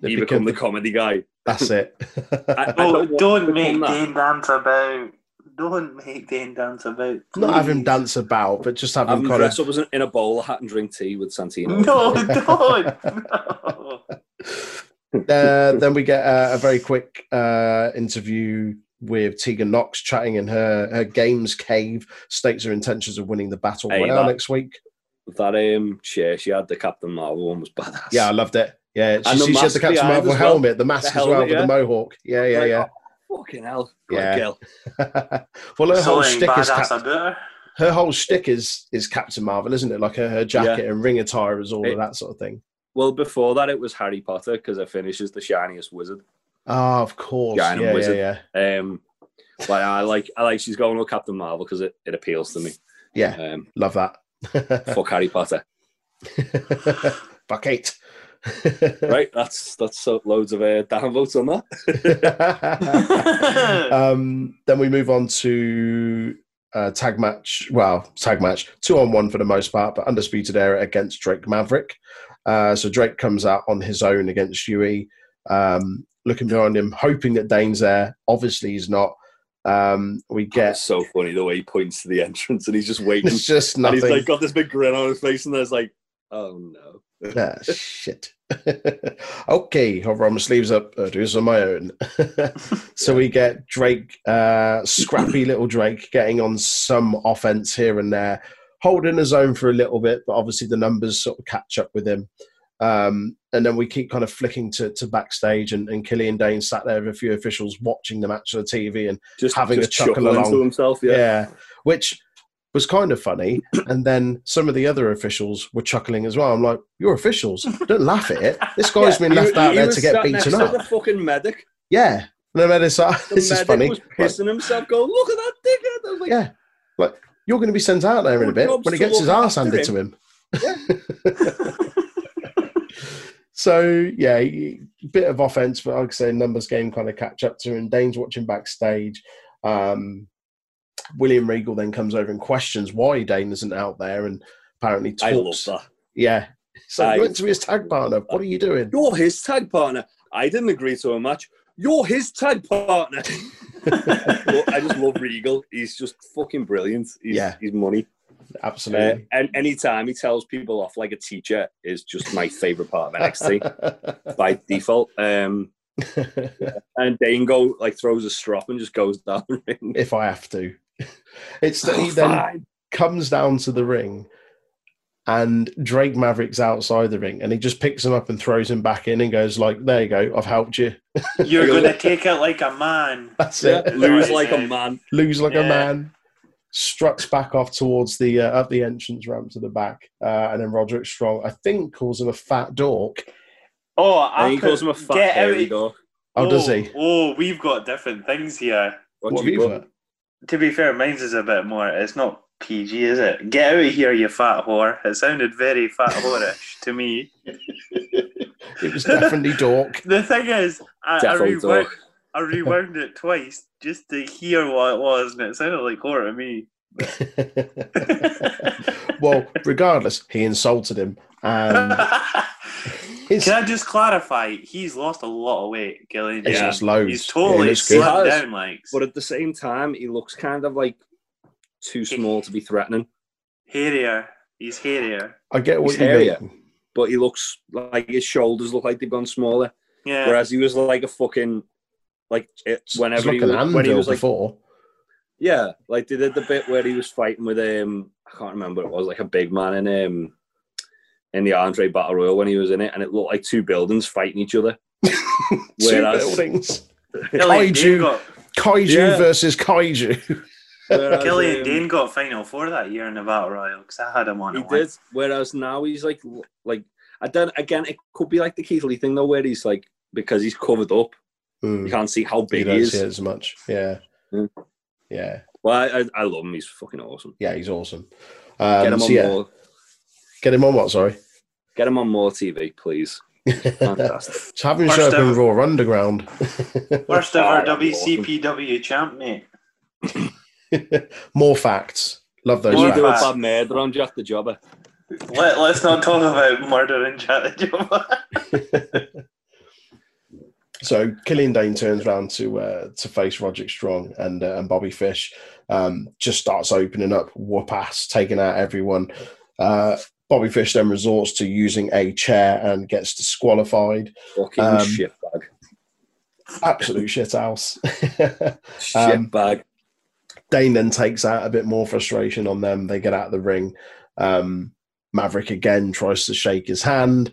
S1: they
S2: he
S1: become-
S2: become the comedy guy.
S1: that's it.
S2: I- I
S4: Oh,
S2: want
S4: don't
S2: to
S4: make
S2: become that.
S4: Dane dance about. Don't make Dane dance about.
S1: Not have him
S4: please.
S1: dance about, but just have
S2: Have
S1: him
S2: him
S1: kind of
S2: dress up as an, in a bowler hat and drink tea with Santino.
S4: No, don't. No.
S1: uh, then we get uh, a very quick uh, interview with Tegan Knox chatting in her, her games cave, states her intentions of winning the battle
S2: Hey,
S1: royale
S2: that-
S1: next week.
S2: That um, chair she had, the Captain Marvel one was badass.
S1: Yeah, I loved it. Yeah, she,
S2: And the
S1: she, she had the
S2: mask
S1: Captain
S2: behind
S1: Marvel
S2: as well.
S1: helmet, the mask
S2: The
S1: as well,
S2: helmet,
S1: with the
S2: yeah.
S1: mohawk. Yeah, yeah,
S2: Like,
S1: yeah.
S2: oh, fucking hell, good
S1: Yeah.
S2: girl.
S1: well, her
S4: Something
S1: whole shtick is
S4: badass
S1: Cap-
S4: about her.
S1: her whole shtick is is Captain Marvel, isn't it? Like her, her jacket and ring attire is all of
S2: It-
S1: that sort of thing.
S2: Well, before that, it was Harry Potter because it finishes the shiniest wizard.
S1: Ah, of course.
S2: Yeah, and a
S1: Yeah, yeah,
S2: wizard.
S1: yeah.
S2: Um, but I like, I like she's going with Captain Marvel because it, it appeals to me.
S1: Yeah,
S2: Um,
S1: love that.
S2: fuck Harry Potter,
S1: Fuck it.
S2: right? That's that's so, loads of uh, downvotes on that.
S1: um, then we move on to uh, tag match. Well, tag match, two on one for the most part, but undisputed era against Drake Maverick. Uh, so Drake comes out on his own against Yui, um, looking behind him, hoping that Dane's there. Obviously, he's not. Um, we
S2: It's
S1: get
S2: so funny the way he points to the entrance and he's just waiting.
S1: it's just
S2: and he's
S1: nothing.
S2: like got this big grin on his face, and there's like, oh no.
S1: Ah, shit. okay, I'll roll my sleeves up. I'll do this on my own. so we get Drake, uh, scrappy little Drake, getting on some offense here and there, holding his own for a little bit, but obviously the numbers sort of catch up with him. Um, and then we keep kind of flicking to, to backstage, and, and Killian Dane sat there with a few officials watching the match on the TV, and
S2: Just
S1: Having
S2: just
S1: a chuckle
S2: chuckling
S1: along.
S2: to himself.
S1: yeah,
S2: Yeah.
S1: which was kind of funny. And then some of the other officials were chuckling as well. I'm like, you're officials, don't laugh at it. This guy's been
S2: He-
S1: left out
S2: he
S1: there
S2: was
S1: to get
S2: sat next
S1: beaten
S2: to
S1: up.
S2: The fucking medic.
S1: Yeah, no matter so,
S2: The
S1: this is
S2: medic
S1: funny.
S2: was pissing himself, going, "Look at that dickhead!" I was like,
S1: Yeah. You're going to be sent out there in a bit
S2: Jobs
S1: when he
S2: to
S1: gets his
S2: look
S1: ass
S2: after
S1: handed to him. so yeah, he- bit of offense, but like I say, numbers game kind of catch up to him. Dane's watching backstage. Um, William Regal then comes over and questions why Dane isn't out there, and apparently
S2: I
S1: talks.
S2: love that.
S1: Yeah, so
S2: I-
S1: you went to be his tag partner. What are you doing?
S2: You're his tag partner. I didn't agree to a match. You're his tag partner. Well, I just love Regal. He's just fucking brilliant. He's,
S1: Yeah.
S2: he's money. Uh,
S1: Absolutely.
S2: and anytime he tells people off like a teacher is just my favorite part of NXT by default. Um, and Dane go like throws a strop and just goes down the ring.
S1: if I have to, it's that he
S2: Oh,
S1: then
S2: fine.
S1: comes down to the ring and Drake Maverick's outside the ring and he just picks him up and throws him back in and goes like, there you go, I've helped you.
S4: You're going to take it like a man.
S1: That's
S2: Yeah,
S1: it.
S2: lose like a man.
S1: Lose like a
S4: Yeah.
S1: man. Struts back off towards the uh, up the entrance ramp to the back, uh, and then Roderick Strong, I think, calls him a fat dork.
S4: Oh,
S2: And
S4: I
S2: he
S4: put-
S2: calls him a fat
S4: get out
S2: hairy
S4: of-
S2: dog.
S1: Oh, does he?
S4: Oh, we've got different things here.
S2: What
S1: What
S2: do
S1: have
S2: you
S1: you
S2: call-
S1: got?
S4: To be fair, mine's is a bit more. It's not PG, is it? Get out of here, you fat whore. It sounded very fat whoreish to me.
S1: It was definitely dork.
S4: The thing is, I, I,
S2: Defo
S4: rewound,
S2: dog.
S4: I rewound it twice just to hear what it was, and it sounded like whore to me.
S1: well, regardless, he insulted him. And his,
S4: Can I just clarify? He's lost a lot of weight, Gillian.
S1: it's
S2: Yeah.
S1: just loads.
S4: He's
S1: Yeah,
S4: totally
S1: he looks good.
S4: slimmed
S2: He has,
S4: down, like.
S2: But at the same time, he looks kind of like too small to be threatening.
S4: hairier. He's hairier.
S1: I get what
S2: He's
S1: you
S2: hairier.
S1: mean.
S2: But he looks like his shoulders look like they've gone smaller.
S4: Yeah.
S2: Whereas he was like a fucking like it,
S1: It's
S2: whenever
S1: like
S2: he,
S1: an
S2: was- when he
S1: anvil
S2: was like
S1: before.
S2: yeah, like they did the bit where he was fighting with um I can't remember what it was like a big man in um in the Andre Battle Royal when he was in it, and it looked like two buildings fighting each other. Whereas-
S1: Two buildings.
S4: Gillian Dane
S1: Kaiju.
S4: got,
S1: Kaiju
S2: Yeah.
S1: versus kaiju.
S2: Whereas,
S4: Gillian
S2: um,
S4: Dane got final four that year in the Battle Royal because I had him on.
S2: He
S4: at one.
S2: did. Whereas now he's like, like I don't. Again, it could be like the Keith Lee thing though, where he's like because he's covered up, you
S1: Mm,
S2: can't see how
S1: you
S2: big he
S1: don't see
S2: is.
S1: it as much. Yeah.
S2: Mm.
S1: Yeah.
S2: Well, I, I, I love him. He's fucking awesome.
S1: Yeah, he's awesome.
S2: Get
S1: Um,
S2: him
S1: so
S2: on
S1: yeah.
S2: more.
S1: Get him on what, sorry?
S2: Get him on more TV, please. Fantastic.
S1: having
S4: First
S1: show up in
S4: ever.
S1: Raw Underground.
S4: Worst ever
S2: Alright,
S4: WCPW champ, mate.
S1: More facts. Love those
S2: Did you
S4: More
S2: do a
S1: facts.
S4: facts.
S2: bad murder on Jack the Jobber?
S4: Let, let's not talk about murder and chat.
S1: So Killian Dane turns round to uh, to face Roderick Strong and uh, and Bobby Fish. Um, just starts opening up, whoop ass, taking out everyone. Uh, Bobby Fish then resorts to using a chair and gets disqualified.
S2: Fucking
S1: Um,
S2: shitbag.
S1: Absolute shit house. um,
S2: Shitbag.
S1: Dane then takes out a bit more frustration on them. They get out of the ring. Um, Maverick again tries to shake his hand,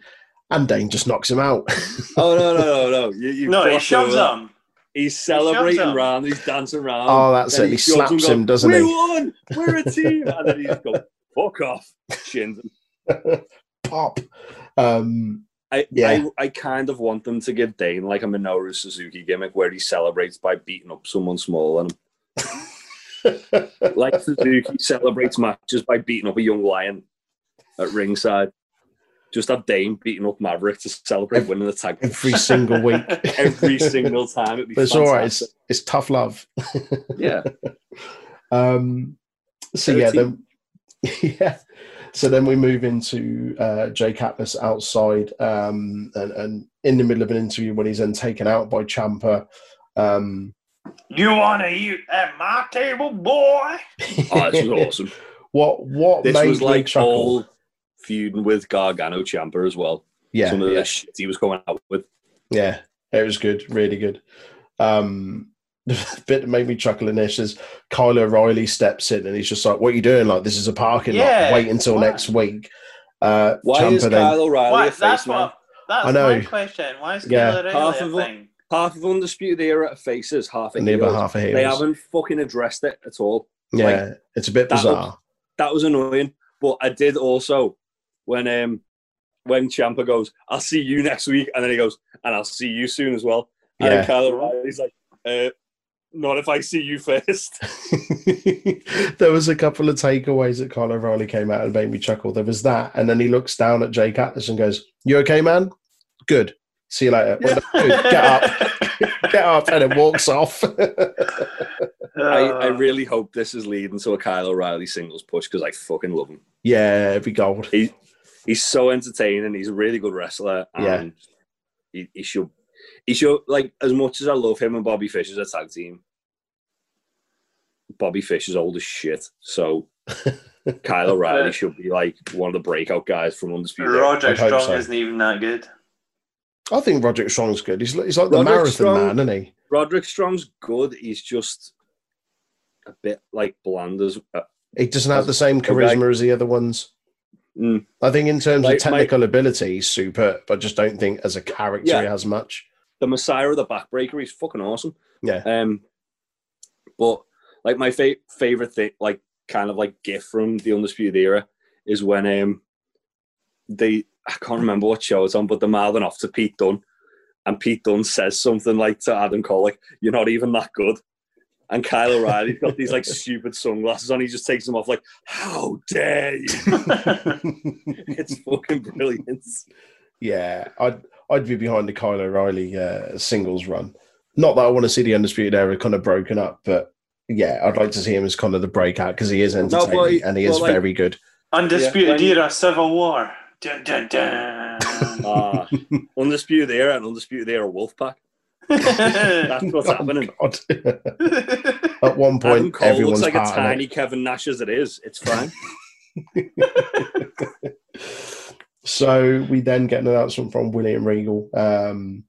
S1: and Dane just knocks him out.
S2: oh, no, no, no, no. You, you
S4: no, he
S2: glossed
S4: shoves
S2: over that.
S4: him.
S2: uh, He's celebrating
S4: him.
S2: round. He's dancing round.
S1: Oh, that's
S2: Then
S1: it. He
S2: shoves
S1: slaps
S2: goes,
S1: him, doesn't
S2: we
S1: he?
S2: We won. We're a team. And then he's gone, fuck off. Shins. him.
S1: Pop. Um,
S2: I,
S1: Yeah.
S2: I, I kind of want them to give Dane like a Minoru Suzuki gimmick where he celebrates by beating up someone small and like Suzuki celebrates matches by beating up a young lion at ringside. Just have Dane beating up Maverick to celebrate winning the tag
S1: every single week.
S2: every single time. It'd be
S1: But it's all right. It's,
S2: fantastic.
S1: it's tough love.
S2: Yeah.
S1: Um, so yeah, then yeah. So then we move into uh, Jake Atlas outside um, and, and in the middle of an interview when he's then taken out by Champa. Um,
S4: You want to eat at my table, boy?
S2: Oh, this was awesome.
S1: what what
S2: This
S1: made
S2: was
S1: me
S2: like
S1: chuckle?
S2: all feuding with Gargano Champa as well.
S1: yeah,
S2: Some of
S1: yeah.
S2: the shit he was going out with.
S1: Yeah, it was good, really good. Um, the bit that made me chuckle in this is Kyle O'Reilly steps in and he's just like, "What are you doing? Like this is a parking lot.
S4: Yeah,
S1: Wait until
S4: why?
S1: next week." Uh,
S2: Why is
S1: Ciampa
S2: Kyle O'Reilly
S4: Why,
S2: a
S4: that's
S2: face man?
S4: what. That's
S1: I know.
S4: my question. Why is
S1: Yeah.
S4: Killer
S2: Half
S4: Half
S2: of
S4: a
S2: what-
S4: thing?
S2: Half of Undisputed Era are faces, half a
S1: and the other
S2: heels.
S1: half of
S2: They
S1: heels.
S2: haven't fucking addressed it at all.
S1: Yeah,
S2: like,
S1: it's a bit
S2: that
S1: bizarre.
S2: that was annoying. But I did also when um when Champa goes, I'll see you next week, and then he goes, and I'll see you soon as well. And
S1: yeah,
S2: then Kyle O'Reilly's like, uh, not if I see you first.
S1: there was a couple of takeaways that Kyle O'Reilly came out and made me chuckle. There was that, and then he looks down at Jake Atlas and goes, "You okay, man? Good. See you later. Well, good. Get up, get up," and it walks off.
S2: I,
S4: Uh,
S2: I really hope this is leading to a Kyle O'Reilly singles push because I fucking love him.
S1: yeah, it'd be gold.
S2: He's so entertaining. He's a really good wrestler,
S1: Yeah.
S2: and he, he should. He should like as much as I love him and Bobby Fish as a tag team. Bobby Fish is old as shit, so Kyle O'Reilly should be like one of the breakout guys from Undisputed. Era.
S1: I
S4: Roger
S1: hope
S4: Strong
S1: so.
S4: isn't even that good.
S1: I think Roderick Strong's good. He's, li- he's like the
S2: Roderick
S1: marathon
S2: Strong-
S1: man, isn't he?
S2: Roderick Strong's good. He's just a bit like bland as uh,
S1: He doesn't have the same
S2: Okay.
S1: charisma as the other ones.
S2: Mm.
S1: I think in terms
S2: Like,
S1: of
S2: my-
S1: technical ability, he's superb. I just don't think as a character
S2: Yeah.
S1: he has much.
S2: the Messiah of the Backbreaker. He's fucking awesome.
S1: Yeah.
S2: Um, but like my fa- favorite thing, like kind of like gift from the Undisputed Era, is when um they I can't remember what show it's on, but they're mouthing off to Pete Dunne, and Pete Dunne says something like to Adam Cole, like "You're not even that good." And Kyle O'Reilly's got these like stupid sunglasses on. He just takes them off, like "How dare you!" It's fucking brilliant.
S1: yeah, I'd I'd be behind the Kyle O'Reilly uh, singles run. Not that I want to see the Undisputed Era kind of broken up, but yeah, I'd like to see him as kind of the breakout because he is
S2: but
S1: entertaining
S2: he-
S1: and he is
S2: well, like-
S1: very good.
S4: Undisputed
S2: Yeah,
S4: Era Civil War. Dun, dun, dun.
S2: Ah, Undisputed Era and Undisputed Era Wolfpack. That's what's
S1: Oh,
S2: happening.
S1: God. At one
S2: Adam
S1: point,
S2: Cole
S1: everyone's
S2: looks like a
S1: part in it.
S2: tiny Kevin Nash as it is. It's fine.
S1: So we then get an announcement from William Regal um,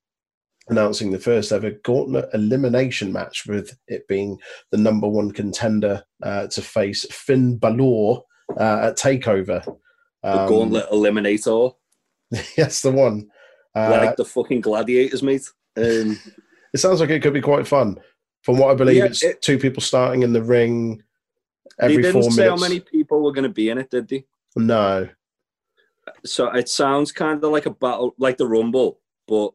S1: announcing the first ever gauntlet elimination match, with it being the number one contender uh, to face Finn Balor uh, at Takeover.
S2: The
S1: Um,
S2: gauntlet eliminator,
S1: That's the one. Uh,
S2: like the fucking gladiators, mate. Um,
S1: it sounds like it could be quite fun. From what I believe,
S2: Yeah,
S1: it's
S2: it-
S1: two people starting in the ring
S2: they
S1: every
S2: didn't
S1: four
S2: say how
S1: minutes.
S2: many people were going to be in it, did they?
S1: No,
S2: So it sounds kind of like a battle, like the Rumble, but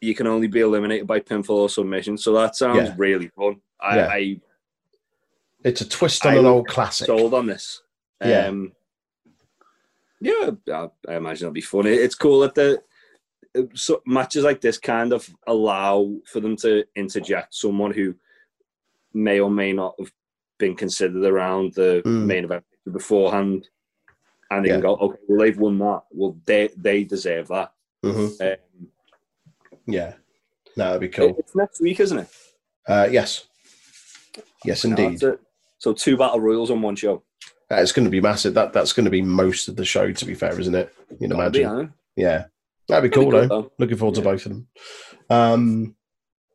S2: you can only be eliminated by pinfall or submission. So that sounds
S1: Yeah.
S2: really fun. I,
S1: Yeah.
S2: I
S1: it's a twist on
S2: I
S1: an
S2: would-
S1: old classic.
S2: sold on this.
S1: Yeah.
S2: Um, yeah, I, I imagine that'll be fun. It- It's cool that the so matches like this kind of allow for them to interject someone who may or may not have been considered around the
S1: Mm.
S2: main event beforehand, and they
S1: Yeah.
S2: can go, okay, well they've won that. Well, they they deserve that.
S1: Mhm.
S2: Um,
S1: Yeah, no, that'd be cool.
S2: It's next week, isn't it?
S1: Uh, yes, yes, indeed.
S2: That's it. So two battle royals on one show.
S1: Uh, It's going to be massive. That that's going to be most of the show, to be fair, isn't it? You can
S2: That'd be,
S1: imagine.
S2: huh?
S1: Yeah, that'd be cool
S2: That'd be
S1: though.
S2: though.
S1: Looking forward to
S2: Yeah.
S1: both of them. Um,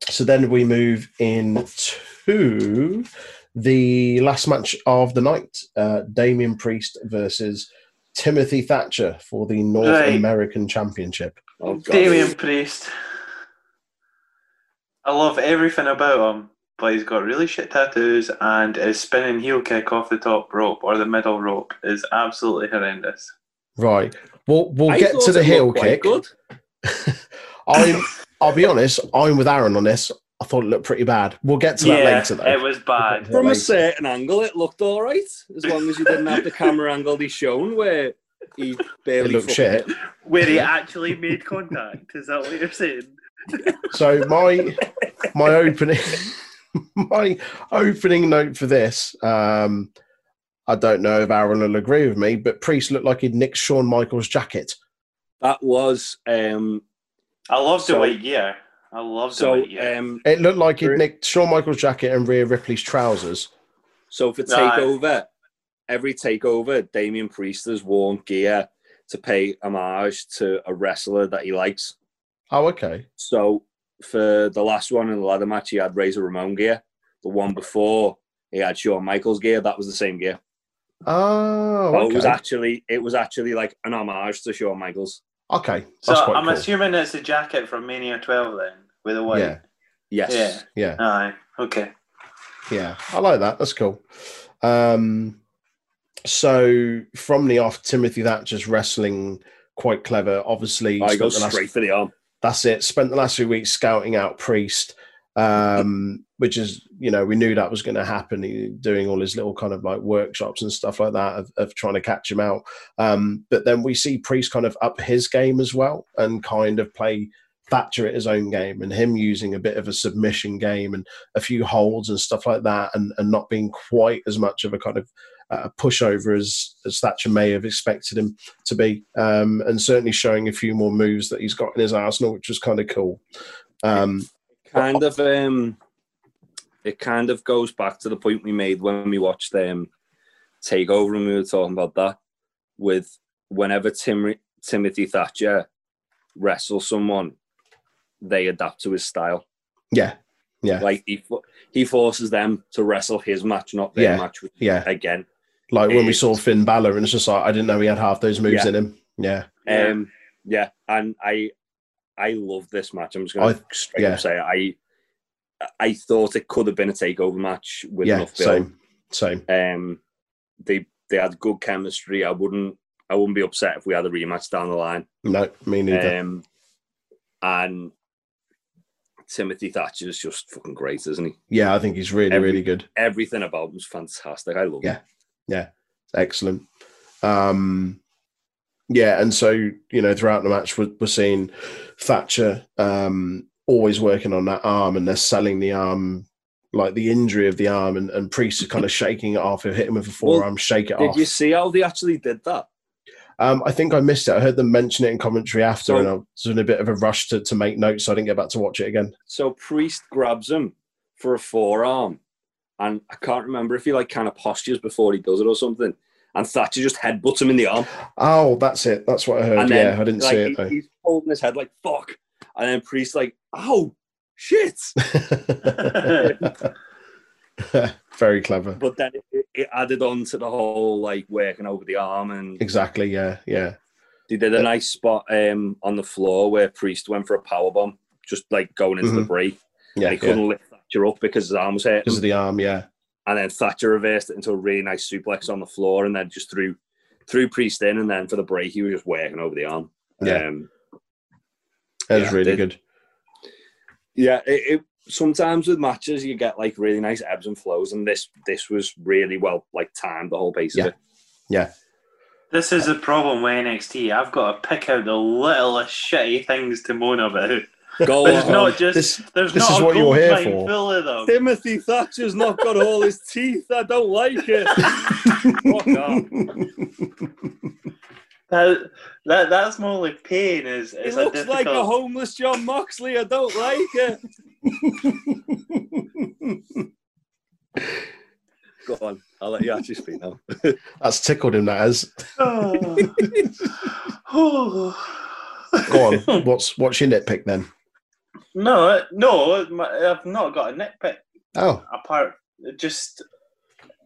S1: so then we move in to the last match of the night: uh, Damien Priest versus Timothy Thatcher for the North
S4: Right.
S1: American Championship.
S2: Oh, God.
S4: Damien Priest. I love everything about him, but he's got really shit tattoos, and his spinning heel kick off the top rope or the middle rope is absolutely horrendous.
S1: Right. We'll we'll
S2: I
S1: get
S2: thought
S1: to the
S2: it
S1: heel
S2: looked quite
S1: kick.
S2: Good.
S1: I'm. I'll be honest. I'm with Aaron on this. I thought it looked pretty bad. We'll get to that later though.
S4: it was bad.
S1: Yeah,
S2: From a
S1: like-
S2: certain angle, it looked all right, as long as you didn't have the camera angle he's shown where he barely
S1: It looked
S2: fucking-
S1: shit.
S4: Where he actually made contact. Is that what you're saying?
S1: So my my opening my opening note for this, um, I don't know if Aaron will agree with me, but Priest looked like he'd nicked Shawn Michaels' jacket.
S2: That was um,
S4: I love the
S2: So-
S4: white gear. I love the
S2: so.
S4: white gear.
S2: Um,
S1: It looked like he'd
S2: Really?
S1: nicked Shawn Michaels' jacket and Rhea Ripley's trousers.
S2: so for
S4: No, I-
S2: takeover, every takeover, Damien Priest has worn gear to pay homage to a wrestler that he likes.
S1: Oh, okay.
S2: So for the last one in the ladder match, he had Razor Ramon gear. The one before, he had Shawn Michaels gear. That was the same gear.
S1: Oh,
S2: So it was
S1: okay.
S2: actually it was actually like an homage to Shawn Michaels.
S1: Okay,
S4: so
S1: that's quite
S4: I'm
S1: cool.
S4: assuming it's the jacket from Mania 12 then, with the white.
S1: Yeah.
S2: Yes.
S4: Yeah.
S1: Yeah,
S4: Aye. Okay.
S1: yeah, I like that. That's cool. Um, so from the off, Timothy Thatcher's wrestling quite clever. Obviously,
S2: I
S1: spent
S2: go
S1: the last
S2: straight for the arm.
S1: that's it. Spent the last few weeks scouting out Priest, um, which is, you know, we knew that was going to happen. He, doing all his little kind of like workshops and stuff like that of, of trying to catch him out. Um, but then we see Priest kind of up his game as well and kind of play Thatcher at his own game and him using a bit of a submission game and a few holds and stuff like that and, and not being quite as much of a kind of uh, pushover as, as Thatcher may have expected him to be, um, and certainly showing a few more moves that he's got in his arsenal, which was kind of cool. Um,
S2: kind of um it kind of goes back to the point we made when we watched um takeover and we were talking about that with whenever Tim Timothy Thatcher wrestles someone they adapt to his style
S1: yeah,
S2: like he fo- he forces them to wrestle his match not their
S1: Yeah.
S2: match which-
S1: yeah.
S2: again
S1: Like when we
S2: It's-
S1: saw Finn Balor, and it's just like I didn't know he had half those moves
S2: Yeah.
S1: in him. Yeah,
S4: Yeah.
S2: um yeah and I I love this match I'm just gonna straight
S1: yeah.
S2: up say it. I I thought it could have been a takeover match with
S1: yeah,
S2: enough build
S1: same, same.
S2: Um, they they had good chemistry. I wouldn't I wouldn't be upset if we had a rematch down the line.
S1: No, me neither.
S2: Um, and Timothy Thatcher's just fucking great, isn't he?
S1: yeah, I think he's really,
S2: every-
S1: really good.
S2: Everything about him's fantastic. I love
S1: Yeah.
S2: him.
S1: Excellent. Um, yeah, and so you know, throughout the match, we're, we're seeing Thatcher um, always working on that arm, and they're selling the arm, like the injury of the arm, and, and Priest is kind of shaking it off. He'll hit him with a
S2: Well,
S1: forearm, shake it off.
S2: Did you see how they actually did that?
S1: Um, I think I missed it. I heard them mention it in commentary after,
S2: So-
S1: and I was in a bit of a rush to, to make notes, so I didn't get back to watch it again.
S2: So Priest grabs him for a forearm, and I can't remember if he like kind of postures before he does it or something. And Thatcher just headbutts him in the arm.
S1: Oh, that's it. That's what I heard.
S2: And then,
S1: yeah, I didn't
S2: like,
S1: see it
S2: he-
S1: though.
S2: he's holding his head like fuck, and then Priest like, oh shit.
S1: Very clever.
S2: but then it, it added on to the whole like working over the arm and
S1: Exactly. Yeah. Yeah.
S2: they did a nice spot um on the floor where priest went for a power bomb just like going into the
S1: Mhm.
S2: break
S1: Yeah.
S2: and he
S1: Because
S2: couldn't lift thatcher up because his arm was hurt
S1: of the arm. Yeah.
S2: and then thatcher reversed it into a really nice suplex on the floor and then just threw threw priest in and then for the break he was just working over the arm
S1: Yeah.
S2: um,
S1: That was
S2: Yeah,
S1: really
S2: they-
S1: good.
S2: yeah it, it sometimes with matches you get like really nice ebbs and flows and this this was really well like timed the whole pace
S1: Yeah.
S2: of it
S3: This is the problem with NXT. I've got to pick out the littlest shitty things to moan about.
S2: Go
S3: There's
S2: on.
S3: not
S1: Oh,
S3: just
S1: This
S3: there's
S1: this
S3: not
S1: is
S3: a
S1: what you're
S3: gold
S1: here
S3: mine
S1: for.
S3: full of them.
S2: Timothy Thatcher's not got all his teeth. I don't like it. Fuck off.
S3: That, that that's my only pain is
S2: He
S3: is a
S2: looks like a
S3: difficult-
S2: homeless John Moxley. I don't like it. Go on. I'll let you actually speak now.
S1: That's tickled him. That has.
S3: Oh.
S1: Go on. What's what's your nitpick then?
S3: no, no, my, I've not got a nitpick.
S1: Oh,
S3: Apart, it just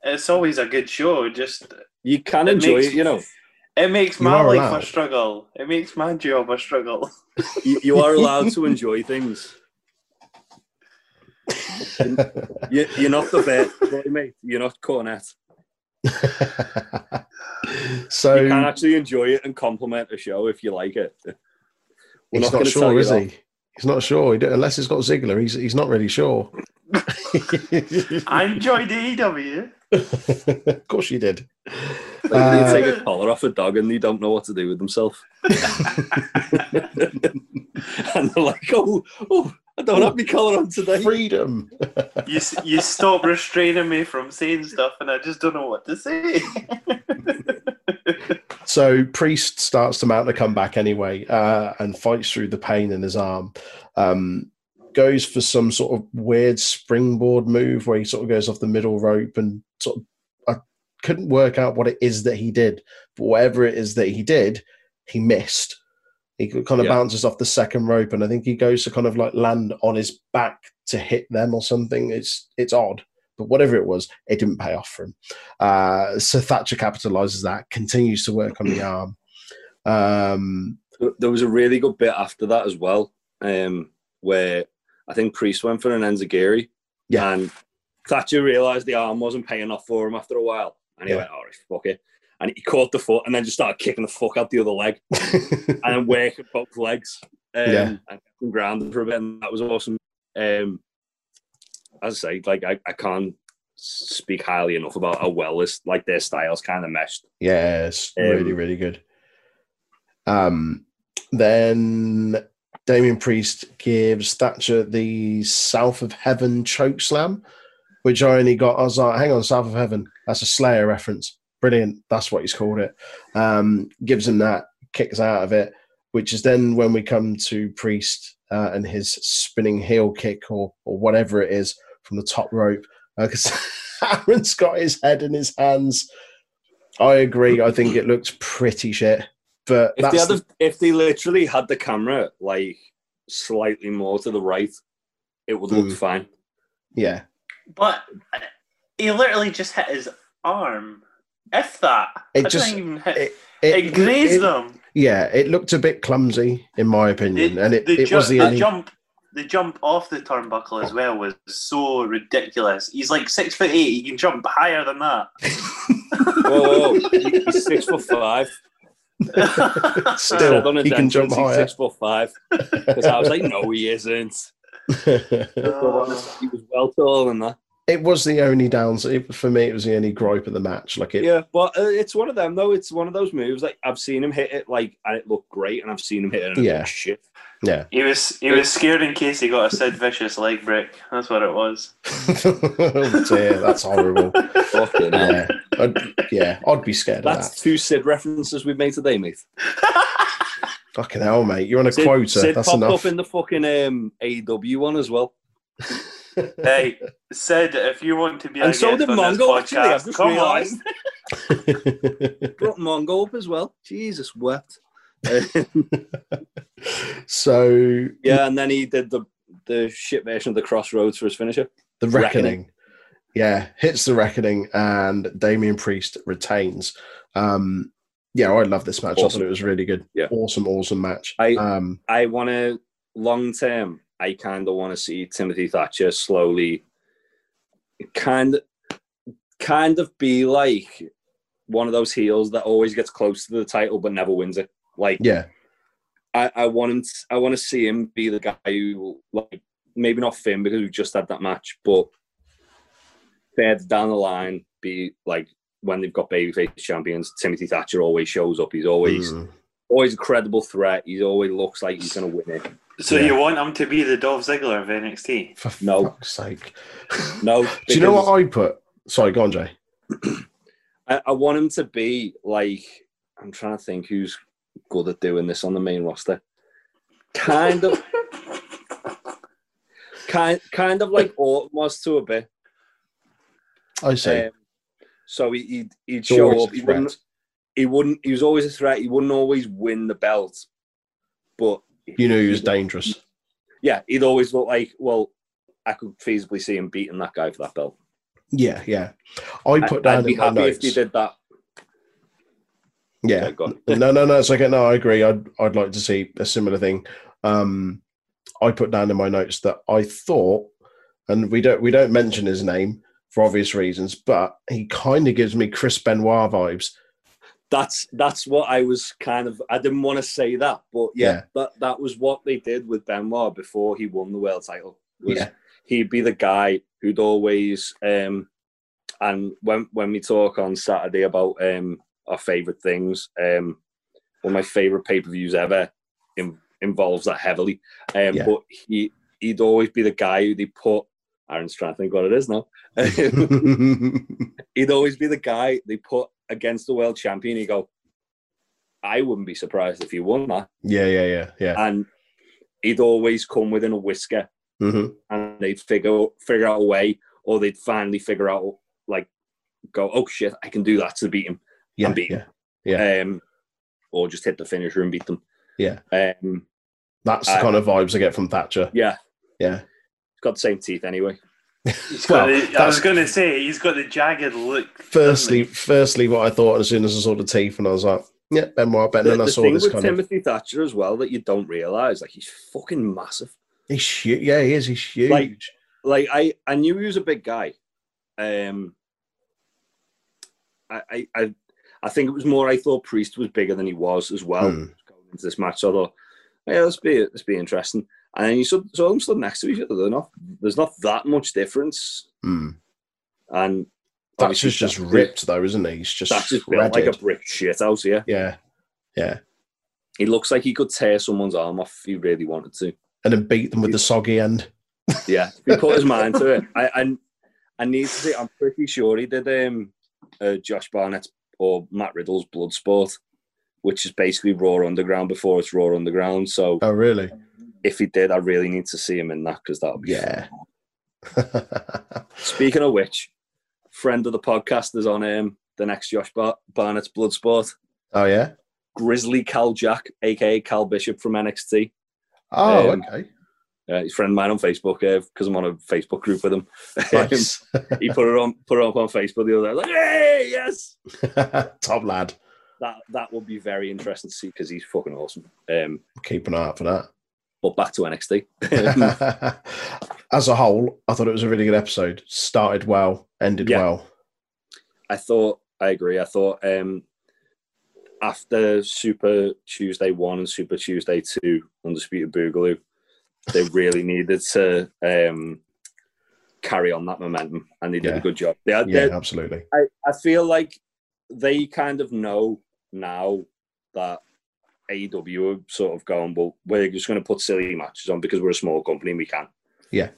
S3: it's always a good show. Just
S2: You can
S3: It
S2: enjoy
S3: makes-
S2: it, you know.
S3: it makes
S1: You
S3: my
S1: are
S3: life
S1: allowed.
S3: a struggle. It makes my job a struggle.
S2: You, you are allowed to enjoy things. You, you're not the best, boy, mate. You're not Cornet.
S1: so
S2: you can actually enjoy it and compliment the show if you like it. We're
S1: he's not,
S2: not gonna tell
S1: sure,
S2: you
S1: is
S2: that.
S1: he? He's not sure. He don't- unless he's got Ziggler, he's he's not really sure. Uh,
S3: I enjoyed E AEW.
S1: of course, you did.
S2: Like,
S1: Uh,
S2: they take a collar off a dog and they don't know what to do with themselves. and they're like, oh, oh, I don't have my collar on today.
S1: Freedom.
S3: You s- you stop restraining me from saying stuff, and I just don't know what to say.
S1: So Priest starts to mount a comeback anyway, uh, and fights through the pain in his arm. Um, goes for some sort of weird springboard move where he sort of goes off the middle rope and sort of I couldn't work out what it is that he did, but whatever it is that he did, he missed. He kind of
S2: Yeah.
S1: bounces off the second rope, and I think he goes to kind of like land on his back to hit them or something. It's it's odd, but whatever it was, it didn't pay off for him. Uh, so Thatcher capitalizes that, continues to work on the arm. Um,
S2: There was a really good bit after that as well, um, where I think Priest went for an Enzigiri.
S1: Yeah.
S2: And Thatcher realised the arm wasn't paying off for him after a while. And he
S1: Yeah.
S2: went, all right, fuck it. And he caught the foot and then just started kicking the fuck out the other leg. and then working both legs. Um,
S1: Yeah.
S2: And fucking grounded for a bit, and that was awesome. Um, as I say, like I, I can't speak highly enough about how well this like their styles kind of meshed.
S1: Yeah, it's
S2: Um,
S1: really, really good. Um, then Damien Priest gives Thatcher the South of Heaven choke slam, which I only got. I was like, hang on, South of Heaven. That's a Slayer reference. Brilliant. That's what he's called it. Um, gives him that, kicks out of it, which is then when we come to Priest uh, and his spinning heel kick or, or whatever it is from the top rope. Because Aaron's got his head in his hands. I agree. I think it looks pretty shit. But
S2: If they
S1: that's
S2: had, the, if they literally had the camera like slightly more to the right, it would look
S1: Mm.
S2: fine.
S1: yeah,
S3: But he literally just hit his arm. If that,
S1: It
S3: I
S1: just-
S3: didn't even hit. It,
S1: it, it,
S3: grazed
S1: it-
S3: them.
S1: Yeah, it looked a bit clumsy in my opinion, and it,
S3: the,
S1: it
S3: ju-
S1: was the
S3: the
S1: only.
S3: jump. The jump off the turnbuckle as well was so ridiculous. He's like six foot eight. He can jump higher than that.
S2: Whoa, whoa, he's six foot five.
S1: Still,
S2: Said on his
S1: he can jump
S2: entrance, he's
S1: higher.
S2: Six foot five. Because I was like, no, he isn't.
S3: Oh.
S2: He was well taller than that.
S1: it was the only downs it, for me. It was the only gripe of the match. Like it,
S2: Yeah, but uh, it's one of them though. It's one of those moves. Like I've seen him hit it, like and it looked great, and I've seen him hit it. And yeah,
S1: Yeah.
S2: shit.
S3: He was he was scared in case he got a Sid Vicious leg break. That's what it was.
S1: oh dear, that's horrible.
S2: Fucking hell.
S1: Yeah, I'd, yeah, I'd be scared of
S2: That's
S1: that.
S2: two Sid references we've made today, mate.
S1: Fucking hell, mate! You're on a
S2: Sid,
S1: quota.
S2: Sid
S1: that's
S2: popped
S1: enough.
S2: up in the fucking um, AEW one as well,
S3: hey, Sid, if you want to be a
S2: and so
S3: guest
S2: did
S3: on this
S2: Mongo. Actually, I've
S3: podcast,
S2: just
S3: come on.
S2: realised brought Mongo up as well. Jesus, wept. Uh,
S1: so
S2: yeah, and then he did the the shit version of the crossroads for his finisher.
S1: The
S2: Reckoning.
S1: Reckoning. Yeah, hits the Reckoning and Damien Priest retains. Um, yeah, I love this match. I
S2: Awesome.
S1: thought it was really good.
S2: Yeah.
S1: Awesome, awesome match.
S2: I-
S1: um,
S2: I want to long term. I kind of want to see Timothy Thatcher slowly, kind of, kind of be like one of those heels that always gets close to the title but never wins it. Like
S1: yeah,
S2: I, I want him. t- I want to see him be the guy who, like, maybe not Finn because we just had that match, but further down the line, be like when they've got babyface champions, Timothy Thatcher always shows up. He's always
S1: Mm.
S2: always a credible threat. He always looks like he's going to win it.
S4: So
S1: Yeah.
S4: you want him to be the Dolph Ziggler of NXT?
S1: For
S2: No.
S1: fuck's sake.
S2: No,
S1: Do you know what I put? Sorry, go on, Jay.
S2: I, I want him to be like I'm trying to think who's good at doing this on the main roster. Kind of kind kind of like Orton was to a bit.
S1: I see.
S2: Um, so he, he'd, he'd
S1: It's always
S2: show
S1: a
S2: up. He
S1: threat.
S2: wouldn't, he wouldn't. He was always a threat. He wouldn't always win the belt, but
S1: You knew he was dangerous.
S2: yeah, he'd always look like well, I could feasibly see him beating that guy for that belt.
S1: Yeah, yeah. I put
S2: I,
S1: down
S2: would be
S1: in my
S2: happy
S1: notes.
S2: if they did that.
S1: Yeah.
S2: Okay, go on.
S1: no, no, no. It's okay. No, I agree. I'd I'd like to see a similar thing. Um, I put down in my notes that I thought, and we don't we don't mention his name for obvious reasons, but he kind of gives me Chris Benoit vibes.
S2: That's that's what I was kind of. I didn't want to say that, but yeah,
S1: Yeah.
S2: that that was what they did with Benoit before he won the world title. Was
S1: Yeah.
S2: he'd be the guy who'd always um, and when when we talk on Saturday about um our favorite things, um, one of my favorite pay per views ever in, involves that heavily. Um,
S1: Yeah.
S2: but he he'd always be the guy who they put. Aaron's trying to think what it is now. he'd always be the guy they put against the world champion. You go, I wouldn't be surprised if he won that.
S1: yeah, yeah, yeah, yeah.
S2: And he'd always come within a whisker,
S1: hmm
S2: and they'd figure figure out a way, or they'd finally figure out like, go, oh shit, I can do that to beat him,
S1: Yeah,
S2: I'm beaten.
S1: yeah. Yeah.
S2: um, or just hit the finisher and beat them.
S1: Yeah.
S2: um,
S1: That's the
S2: I-
S1: kind of vibes I get from Thatcher.
S2: yeah,
S1: Yeah.
S2: He's got the same teeth anyway.
S4: He's got
S1: Well,
S4: the- I
S1: that's-
S4: was going to say he's got the jagged look. doesn't he?
S1: Firstly, firstly, what I thought as soon as I saw the teeth, and I was like, "Yeah, Benoit." But
S2: The,
S1: then I
S2: the
S1: saw
S2: thing
S1: this
S2: with
S1: kind of
S2: Timothy Thatcher as well that you don't realize, like he's fucking massive.
S1: he's huge. Yeah, he is. He's huge.
S2: Like- like I, I knew he was a big guy. Um, I, I, I, I think it was more. I thought Priest was bigger than he was as well
S1: Hmm.
S2: going into this match. So I thought, yeah, let's be, let's be interesting. And then you saw, saw them stood next to each other. They're not, there's not that much difference.
S1: Mm.
S2: And
S1: That's
S2: obviously
S1: just, just
S2: Thatcher-
S1: ripped though, isn't he? He's just
S2: That's just built like a
S1: shredded.
S2: brick shit house. Yeah,
S1: yeah, yeah,
S2: he looks like he could tear someone's arm off if he really wanted to.
S1: and then beat them with the soggy end.
S2: Yeah, he put his mind to it. I, I, I need to say, I'm pretty sure he did um, uh, Josh Barnett's or Matt Riddle's Bloodsport, which is basically Raw Underground before it's Raw Underground. So
S1: Oh, really?
S2: if he did, I really need to see him in that because that'll be.
S1: Yeah.
S2: Speaking of which, friend of the podcast is on um, the next Josh Bar- Barnett's Bloodsport,
S1: oh yeah.
S2: Grizzly Cal Jack, aka Cal Bishop from NXT.
S1: Oh,
S2: Um,
S1: okay.
S2: Uh, he's a friend of mine on Facebook because I'm on a Facebook group with him. Um,
S1: Nice.
S2: he put it on, put it up on Facebook the other day. I was like, hey, yes,
S1: Top lad.
S2: that that would be very interesting to see because he's fucking awesome. Um,
S1: Keep an eye out for that.
S2: but back to NXT.
S1: As a whole, I thought it was a really good episode. Started well, ended
S2: Yeah.
S1: well.
S2: I thought I agree. I thought um, after Super Tuesday one and Super Tuesday two, Undisputed Boogaloo, they really needed to um, carry on that momentum, and they did
S1: Yeah.
S2: a good job. They, had-
S1: Yeah,
S2: they-
S1: absolutely.
S2: I, I feel like they kind of know now that AEW are sort of going, well, we're just going to put silly matches on because we're a small company and we can.
S1: Yeah.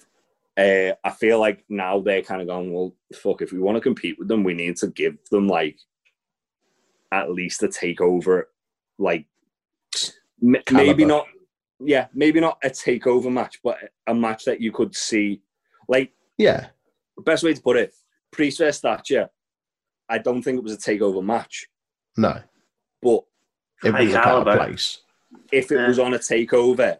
S2: Uh, I feel like now they're kind of going, well, fuck, if we want to compete with them, we need to give them like at least a takeover, like m-
S1: Caliber.
S2: maybe not, yeah, maybe not a takeover match, but a match that you could see, like
S1: Yeah.
S2: best way to put it, Priest versus Thatcher. I don't think it was a takeover match,
S1: No,
S2: but
S1: it
S4: High
S1: was a out of
S4: caliber.
S1: place.
S2: if it
S4: Yeah.
S2: was on a takeover,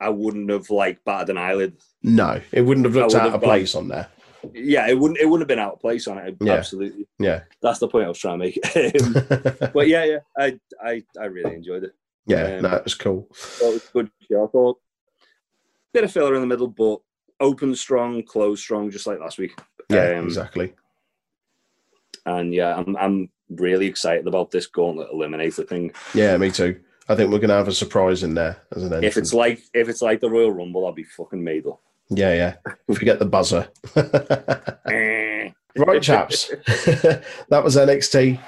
S2: I wouldn't have like batted an eyelid.
S1: No, it wouldn't have looked
S2: would
S1: out
S2: have
S1: of
S2: gone-
S1: place on there.
S2: Yeah, it wouldn't. It wouldn't have been out of place on it.
S1: Yeah.
S2: Absolutely.
S1: Yeah.
S2: That's the point I was trying to make. Um, but yeah, yeah, I, I, I really enjoyed it.
S1: yeah,
S2: um,
S1: no, it was cool.
S2: Thought it was a good. show. I thought bit of filler in the middle, but open strong, close strong, just like last week.
S1: Yeah,
S2: um,
S1: exactly.
S2: And yeah, I'm, I'm really excited about this gauntlet eliminator thing.
S1: Yeah, me too. I think we're going to have a surprise in there as an entrance.
S2: If it's like if it's like the Royal Rumble, I'll be fucking made up.
S1: yeah, yeah. Forget the buzzer.
S2: Eh.
S1: right, chaps. that was NXT.